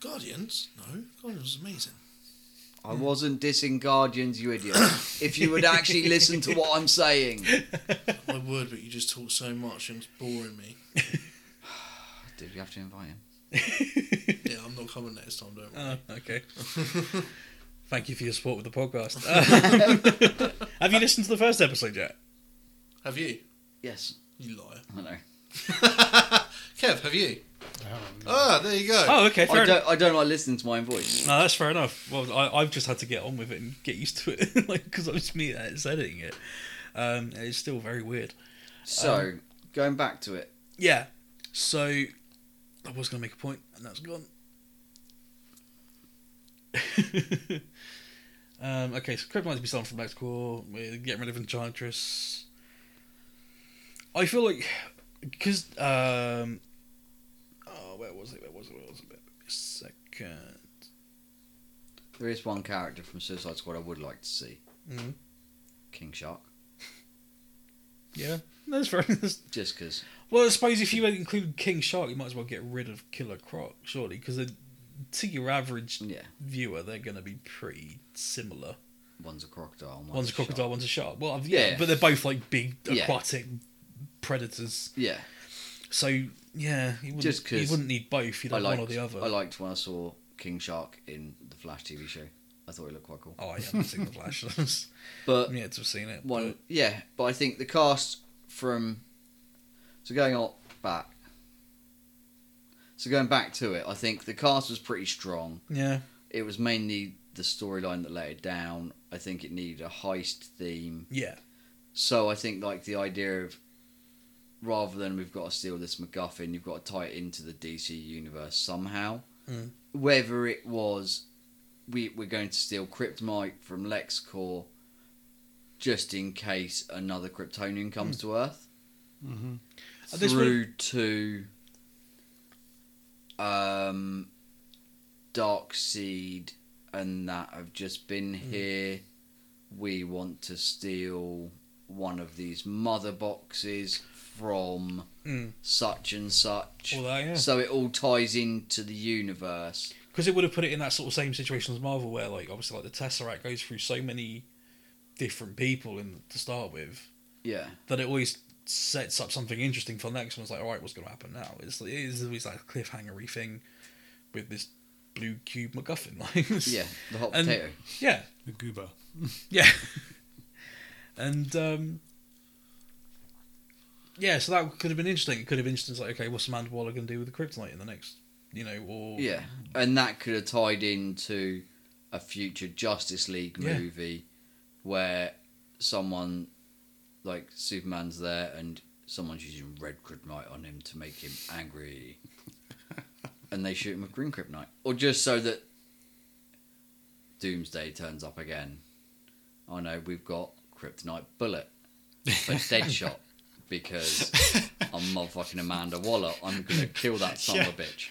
D: Guardians? No. Guardians was amazing.
B: I wasn't dissing Guardians, you idiot. if you would actually listen to what I'm saying,
D: My word, but you just talk so much and it's boring me.
B: did we have to invite him?
D: Yeah, I'm not coming next time, don't worry.
A: Oh, okay. Thank you for your support with the podcast. Um, have you listened to the first episode yet?
D: Have you?
B: Yes.
D: You liar.
B: I know.
D: Kev, have you?
C: I haven't.
D: Ah, there you go.
A: Oh, okay, fair
B: I
A: enough.
B: don't, I don't like listening to my own voice.
A: No, that's fair enough. Well, I, I've just had to get on with it and get used to it, like because I was me that's editing it. Um, and it's still very weird.
B: So,
A: Um,
B: going back to it.
A: Yeah. So I was gonna make a point, and that's gone. um, okay, so Kryptonite to be stolen from Black Squall. We're getting rid of Enchantress. I feel like because um, oh, where was it? Where was it? Where was it? Where was it? Second.
B: There is one character from Suicide Squad I would like to see.
A: Mhm.
B: King Shark.
A: Yeah, No, that's fair. That's-
B: Just because.
A: Well, I suppose if you include King Shark, you might as well get rid of Killer Croc, surely, because to your average
B: Yeah.
A: viewer, they're going to be pretty similar.
B: One's a crocodile. One's,
A: one's a
B: shark.
A: crocodile, one's a shark. Well, I've-
B: Yeah.
A: yeah, but they're both like big
B: Yeah.
A: aquatic predators.
B: Yeah.
A: So yeah, you wouldn't,
B: Just 'cause
A: you wouldn't need both. You'd
B: I
A: have
B: liked,
A: one or the other.
B: I liked when I saw King Shark in the Flash TV show. I thought he looked quite cool.
A: Oh, I haven't seen the Flash. I'm
B: But
A: yet to have seen it.
B: one,
A: but-
B: yeah, but I think the cast from so going on back, so going back to it, I think the cast was pretty strong.
A: yeah,
B: It was mainly the storyline that let it down. I think it needed a heist theme,
A: yeah,
B: so I think like the idea of rather than we've got to steal this MacGuffin, you've got to tie it into the DC universe somehow.
A: Mm.
B: Whether it was we we're going to steal Kryptonite from LexCorp just in case another Kryptonian comes to Earth
C: Mm-hmm.
A: Uh, this
B: through to um Darkseid and that have just been
A: Hmm.
B: here. We want to steal one of these mother boxes from
A: Mm.
B: such and such.
A: all that. Yeah,
B: So it all ties into the universe.
A: because mm, it would have put it in that sort of same situation as Marvel, where like obviously like the Tesseract goes through so many different people in to start with.
B: Yeah.
A: that it always sets up something interesting for the next one. It's like, all right, what's going to happen now? It's it is always like a cliffhangery thing with this blue cube MacGuffin. Like, it's-
B: Yeah. The hot
A: And-
B: potato.
A: yeah,
C: The goober.
A: yeah, and um, yeah. So that could have been interesting. It could have been interesting. It's like, okay, what's Amanda Waller going to do with the kryptonite in the next, you know, or
B: Yeah. And that could have tied into a future Justice League
A: Yeah.
B: movie where someone like Superman's there and someone's using red kryptonite on him to make him angry. and they shoot him with green kryptonite. Or just so that Doomsday turns up again. I know we've got kryptonite bullet for Deadshot because I'm motherfucking Amanda Waller. I'm gonna kill that son of a bitch.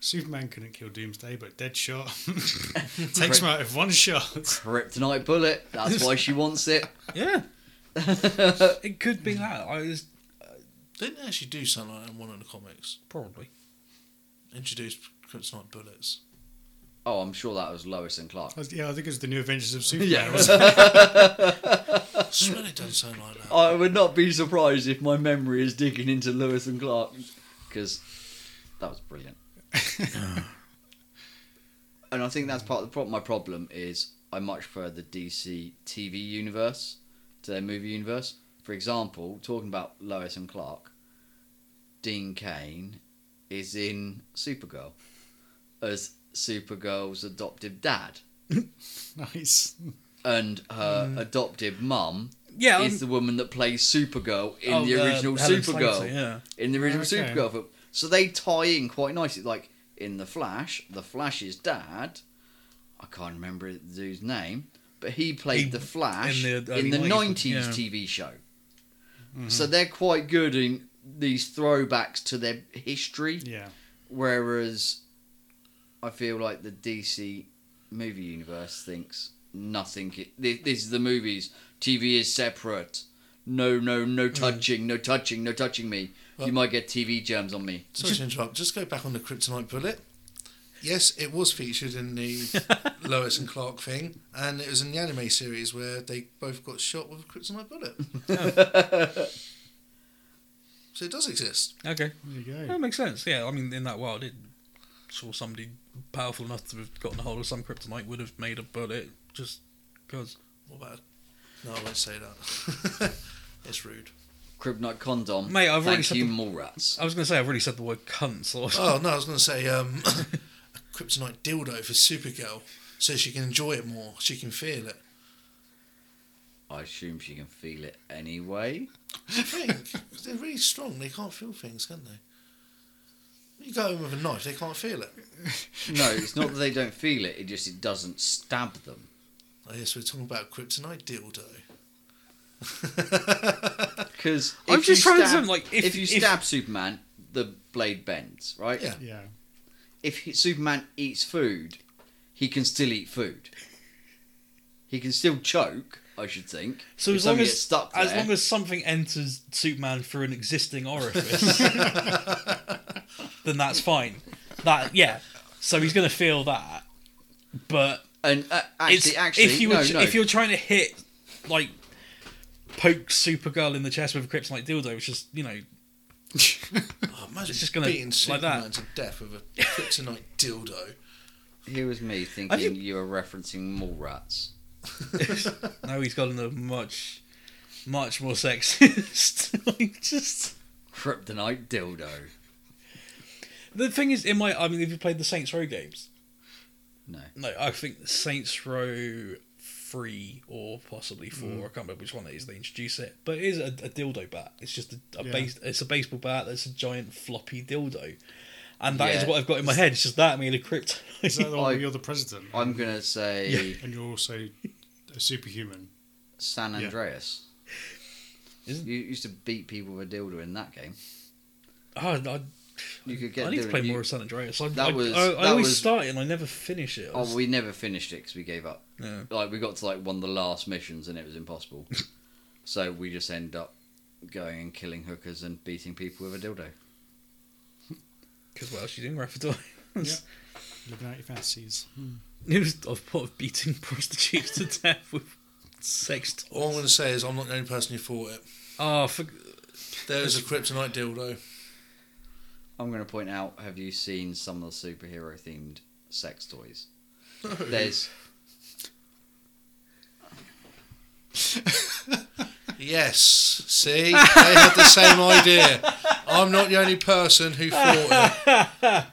C: Superman couldn't kill Doomsday, but Deadshot takes him out with one shot.
B: kryptonite bullet. That's why she wants it.
A: yeah. it could be that. I was
D: Didn't they actually do something like that in one of the comics.
A: probably.
D: Introduced kryptonite bullets.
B: Oh, I'm sure that was Lois and Clark.
C: I was- yeah, I think it was the new Avengers of Superman.
B: Yeah.
C: wasn't it?
D: I swear they done something like that.
B: I would not be surprised if my memory is digging into Lois and Clark because that was brilliant. and I think that's part of the problem. My problem is I much prefer the DC TV universe to their movie universe. For example, talking about Lois and Clark, Dean Kane is in Supergirl as Supergirl's adoptive dad.
C: nice.
B: and her adoptive mum
A: Mm. Yeah,
B: is
A: I'm-
B: the woman that plays Supergirl in
A: oh,
B: the
A: uh,
B: original
A: Helen
B: Supergirl.
A: Slater, yeah,
B: In the original
C: Okay.
B: Supergirl film. So they tie in quite nicely. Like in The Flash, The Flash's dad, I can't remember the dude's name, but he played
A: He-
B: The Flash
A: in
B: in
A: the
B: the,
A: early
B: 90s
A: 90s, yeah. Mm-hmm.
B: TV show. So they're quite good in these throwbacks to their history.
C: Yeah.
B: Whereas I feel like the DC movie universe thinks nothing. i- thi- This is the movies. TV is separate. No, no,
A: Mm.
B: no touching, no touching, no touching me. you
D: Well-
B: might get TV germs on me.
D: Sorry to interrupt. Just go back on the kryptonite bullet. Yes, it was featured in the Lois and Clark thing, and it was in the anime series where they both got shot with a kryptonite bullet. so it does exist.
A: okay.
C: There you go.
B: Um,
A: That makes sense. Yeah, I mean, in that world, it sure somebody powerful enough to have gotten a hold of some kryptonite would have made a bullet just because.
D: What about? No, I won't say that. it's rude.
B: Crib Night Condom.
A: Mate, I've already
B: Thank
A: said
B: you,
A: the-
B: mall rats.
A: I was going to say I've already said the word cunt. So
D: Oh no, I was going to say um, a kryptonite dildo for Supergirl, so she can enjoy it more. She can feel it.
B: I assume she can feel it anyway.
D: I think 'Cause they're really strong. They can't feel things, can they? You go in with a knife, they can't feel it.
B: No, it's not that they don't feel it. It just it doesn't stab them.
D: Oh, yes, we're talking about kryptonite dildo.
B: Because
A: I'm just trying to
B: stab,
A: sound like, if-
B: if, you
A: if-
B: stab Superman, the blade bends, right?
D: Yeah.
C: Yeah.
B: If he, Superman eats food, he can still eat food. He can still choke. I should think.
A: So
B: if
A: as long
B: somebody
A: as
B: gets stuck
A: as
B: there.
A: long as something enters Superman through an existing orifice, then that's fine. That yeah. So he's gonna feel that, but
B: and uh,
A: it's
B: actually, actually,
A: if you were
B: no,
A: tr-
B: no.
A: if you're trying to hit like poke Supergirl in the chest with a kryptonite dildo, which is you know
D: Oh, imagine
A: It's just gonna-
D: beating
A: like
D: Superman
A: that.
D: to death with a kryptonite dildo.
B: Here was me thinking
A: think-
B: you were referencing mall rats.
A: now he's gotten a much much more sexist. like, just
B: Kryptonite dildo.
A: the thing is, in my I mean, if you played the Saints Row games,
B: No.
A: No, I think Saints Row three or possibly four.
B: Mm.
A: I can't remember which one it is. They introduce it, but it is a, a dildo bat. It's just a, a
C: Yeah.
A: base. It's a baseball bat that's a giant floppy dildo, and that is
B: Yeah.
A: what I've got in my head. It's just that me and a crypt.
C: Is that the one
B: I-
C: where you're the president?
B: I'm gonna say
C: and you're also a superhuman.
B: San
C: Yeah.
B: Andreas.
A: Isn't-
B: You used to beat people with a dildo in that game.
A: oh, I,
B: You could get.
A: I need to
B: dildo-
A: play
B: you-
A: more of San Andreas. I,
B: That
A: I,
B: was-
A: I, I
B: that
A: always
B: was-
A: start it and I never finish it. I was-
B: Oh, we never finished it because we gave up.
A: Yeah.
B: Like we got to like one of the last missions and it was impossible. so we just end up going and killing hookers and beating people with a dildo.
A: Because what else you doing, Raphael? It
C: Living out your fantasies.
A: was I've thought of beating prostitutes to death with sex. toys.
D: All I'm going to say is I'm not the only person who thought it.
A: Oh, for,
D: There is a kryptonite dildo.
B: I'm gonna point out. Have you seen some of the superhero themed sex toys? There's
D: Yes. See, they had the same idea. I'm not the only person who thought it.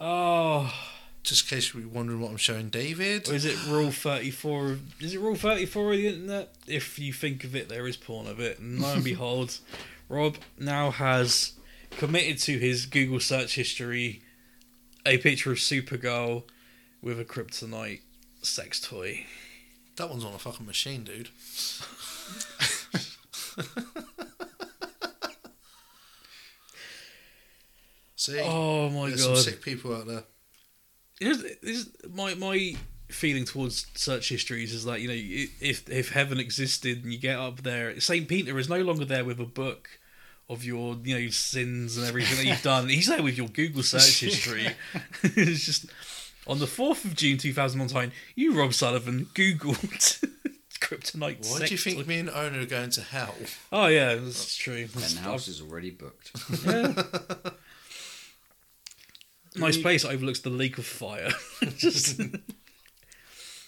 A: oh.
D: Just in case you were wondering what I'm showing David.
A: Or is it rule 34 of- is it rule 34 of the internet if you think of it there is porn of it and lo and behold rob now has committed to his google search history a picture of supergirl with a kryptonite sex toy
D: That one's on a fucking machine, dude. See,
A: oh my
D: there's some
A: god
D: sick people out there.
A: Here's- here's- my, my feeling towards search histories is that you know i- if if heaven existed and you get up there saint peter is no longer there with a book of your you know sins and everything that you've done he's there with your google search history it's just on the 4th of june 2009 you rob sullivan googled kryptonite
D: Why do you think
A: sector.
D: me and Ona are going to hell?
A: oh yeah that's true That's-
B: and house is already booked.
A: yeah. nice place that overlooks the lake of fire just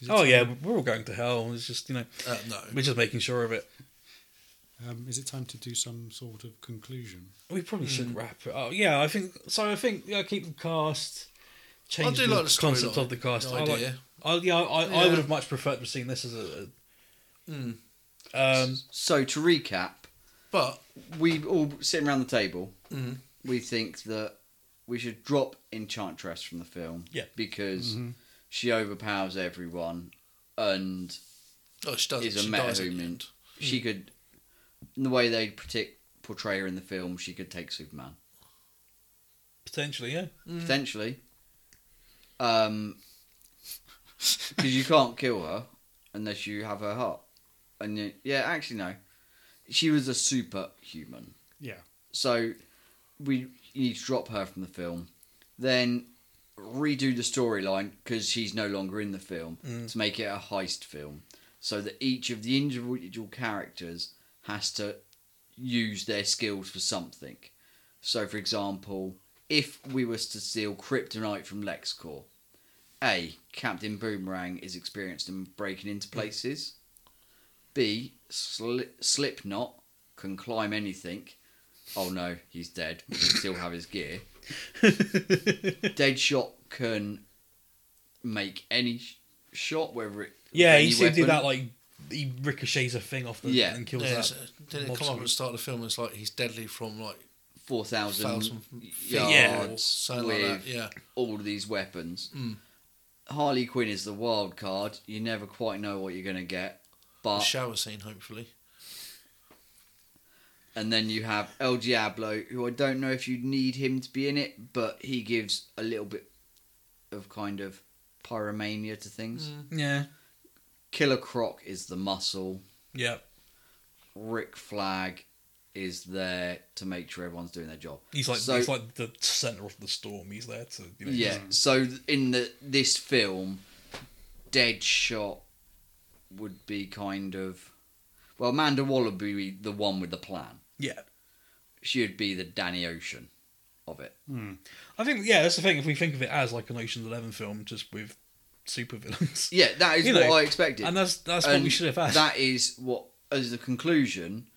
A: Oh yeah, we're all going to hell. It's just you know
D: Uh, no.
A: we're just making sure of it.
C: Um, is it time to do some sort of conclusion?
A: We probably
D: Mm.
A: should wrap it. up. yeah, I think so. I think yeah, keep the cast.
D: I
A: Change
D: do
A: the,
D: like the storyline,
A: concept of the cast.
D: the
A: I like.
D: idea.
A: I, yeah, I, I
D: Yeah.
A: would have much preferred to have seen this as a. a
D: Mm.
A: Um,
B: So to recap,
D: But
B: we all sitting around the table.
D: Mhm.
B: We think that we should drop Enchantress from the film.
A: Yeah.
B: because she overpowers everyone, and
D: oh, she does.
B: Is a
D: she
B: meta
D: dies at the
B: human.
D: end.
B: she could, in the way they predict, portray her in the film, she could take Superman
A: potentially, yeah.
B: potentially. Um, because you can't kill her unless you have her heart, and you, yeah, actually no, she was a superhuman.
C: Yeah.
B: So we you need to drop her from the film, then redo the storyline because she's no longer in the film
A: Mm.
B: to make it a heist film, so that each of the individual characters has to use their skills for something. So, for example, if we was to steal kryptonite from LexCorp, A. Captain Boomerang is experienced in breaking into places. B. Sli- Slipknot can climb anything. Oh no, he's dead. But he still have his gear. Deadshot can make any sh- shot, whether it
A: yeah,
B: any
A: he seemed to do
B: weapon.
A: that like he ricochets a thing off the
B: Yeah.
A: and kills
D: Yeah,
A: that.
D: so then it
A: mob
D: come up at the
A: squad.
D: start of the film. It's like he's deadly from like
B: four thousand
D: thousand feet
A: Yeah.
D: or
B: yards
D: something
B: with
D: like that. Yeah,
B: all of these weapons.
A: Hmm.
D: Mm.
B: Harley Quinn is the wild card. You never quite know what you're going to get, but
D: the shower scene. Hopefully,
B: and then you have El Diablo, who I don't know if you need him to be in it, but he gives a little bit of kind of pyromania to things.
A: Yeah,
B: Killer Croc is the muscle.
A: yeah,
B: Rick Flag is there to make sure everyone's doing their job.
A: he's like
B: So-
A: he's like the center of the storm. He's there to you know,
B: Yeah. So th- in the this film, Deadshot would be kind of well, Amanda Waller would be the one with the plan.
A: yeah.
B: She would be the Danny Ocean of it.
A: I think yeah, that's the thing. If we think of it as like an Ocean's Eleven film, just with supervillains,
B: Yeah, that is
A: You
B: what
A: know,
B: I expected.
A: and that's that's what we
B: And
A: should have had.
B: That is what, as the conclusion,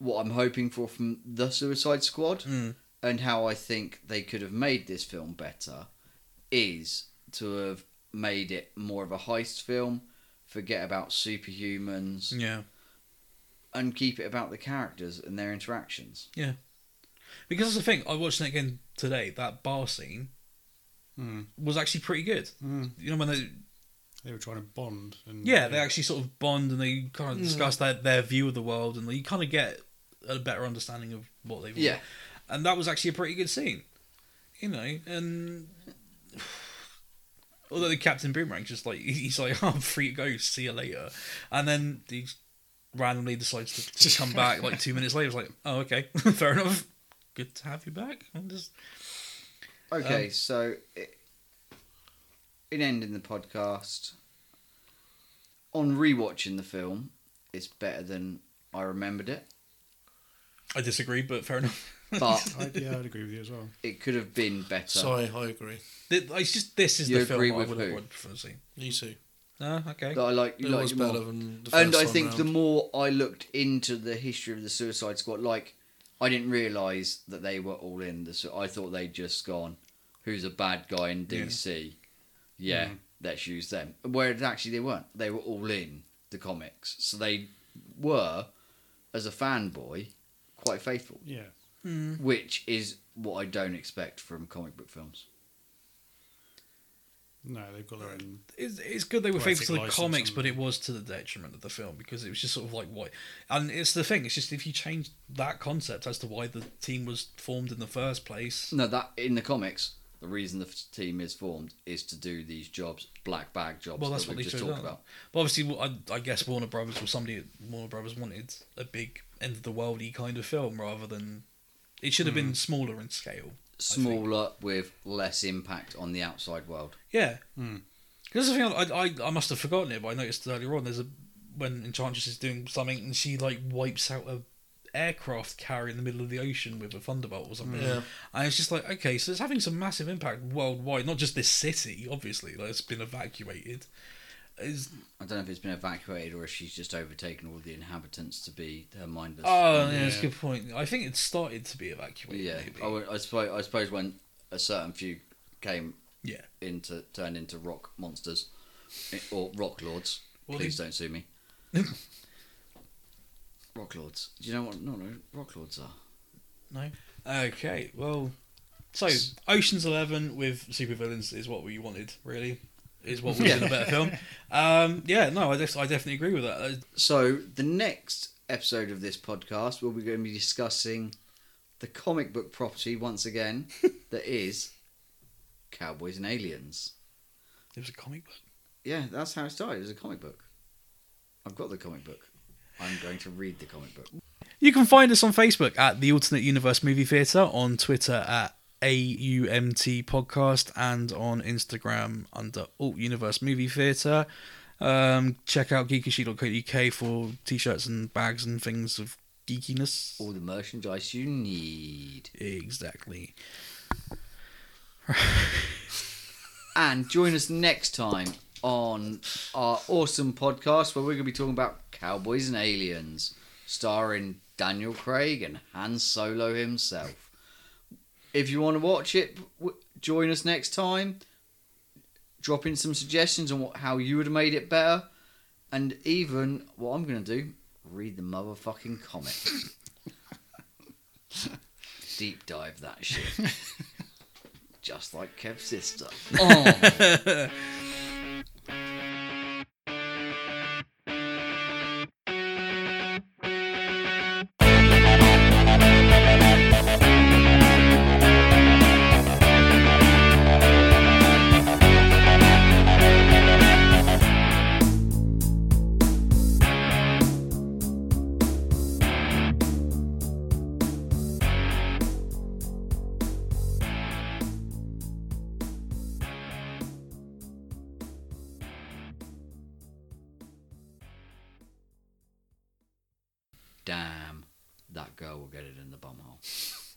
B: what I'm hoping for from the Suicide Squad
A: Mm.
B: and how I think they could have made this film better is to have made it more of a heist film, forget about superhumans,
D: Mm.
A: yeah,
B: and keep it about the characters and their interactions.
A: because that's the thing. I watched it again today. That bar scene
B: Hmm.
C: Mm,
A: was actually pretty good.
C: mm.
A: You know when they
C: They were trying to bond. And,
A: yeah
B: Mm.
A: they actually sort of bond and they kind of discuss their, their view of the world and you kind of get a better understanding of what they
B: Yeah.
A: and that was actually a pretty good scene, you know. And although the Captain Boomerang's just like he's like, "Oh, "I'm free to go, see you later," and then he randomly decides to, to come back like two minutes later. It's like, "Oh, okay, fair enough. Good to have you back." I'm just
B: Okay,
D: Um,
B: so i- in ending the podcast, on rewatching the film, it's better than I remembered it.
A: I disagree, but fair enough.
B: But
C: I, yeah, I'd agree with you as well.
B: it could have been better.
D: sorry, I agree.
A: Th- It's just this is
B: You
A: the film
B: agree
A: I
B: with
A: would
B: who?
A: have preferred to see.
D: You too.
A: Oh, okay.
B: That I like, you
D: It
B: like
D: was
B: it more.
D: better than the first
B: And I
D: time
B: think the
D: round.
B: more I looked into the history of the Suicide Squad, like I didn't realize that they were all in the. Su- I thought they'd just gone, who's a bad guy in
A: Yeah. Mm.
B: DC? Yeah, let's use them. Whereas actually they weren't. They were all in the comics, so they were, as a fanboy, quite faithful,
C: Yeah.
A: Mm.
B: which is what I don't expect from comic book films.
C: No, they've got their own.
A: it's, it's good they were
C: Graphic
A: faithful to the
C: license
A: comics,
C: and-
A: but it was to the detriment of the film because it was just sort of like why. And it's the thing. It's just if you change that concept as to why the team was formed in the first place.
B: No, that in the comics, the reason the f- team is formed is to do these jobs, black bag jobs.
A: Well, that's
B: that
A: what
B: we
A: they
B: just
A: should
B: talked
A: have done.
B: about.
A: But obviously, wa- I, I guess Warner Brothers or somebody at Warner Brothers wanted a big end of the worldy kind of film rather than it should have
C: Mm.
A: been smaller in scale.
B: Smaller with less impact on the outside world.
A: Yeah.
C: Mm.
A: Because Hmm. the thing I, I I must have forgotten it, but I noticed earlier on there's a when Enchantress is doing something and she like wipes out a aircraft carrier in the middle of the ocean with a thunderbolt or something.
D: Yeah.
A: And it's just like okay, so it's having some massive impact worldwide, not just this city. Obviously, like, it's been evacuated. Is
B: I don't know if it's been evacuated or if she's just overtaken all the inhabitants to be her mindless.
A: oh, yeah, that's a
C: Yeah.
A: good point. I think it started to be evacuated.
B: yeah.
A: maybe.
B: I, would- I suppose. I suppose when a certain few came,
A: Yeah.
B: into turned into rock monsters, i- or rock lords.
A: Well,
B: Please
A: they-
B: don't sue me. rock lords. Do you know what? No, no. Rock lords are.
A: Okay, well, so Ocean's Eleven with supervillains is what we wanted, really. Is what was in a better film. Um, yeah, no, I, def- I definitely agree with that. Uh,
B: So the next episode of this podcast, we'll be going to be discussing the comic book property once again that is Cowboys and Aliens.
A: It was a comic book.
B: Yeah, that's how it started. It was a comic book. I've got the comic book. I'm going to read the comic book.
A: You can find us on Facebook at the Alternate Universe Movie Theatre, on Twitter at AUMT Podcast, and on Instagram under Alt Universe Movie Theatre. Um, check out geekishy.co.uk for t shirts and bags and things of geekiness.
B: All the merchandise you need.
A: Exactly.
B: And join us next time on our awesome podcast where we're going to be talking about Cowboys and Aliens. starring Daniel Craig and Han Solo himself. If you want to watch it, w- join us next time. Drop in some suggestions on what, how you would have made it better, and even what I'm going to do: read the motherfucking comic. Deep dive that shit. Just like Kev's sister. Oh. Damn, that girl will get it in the bumhole.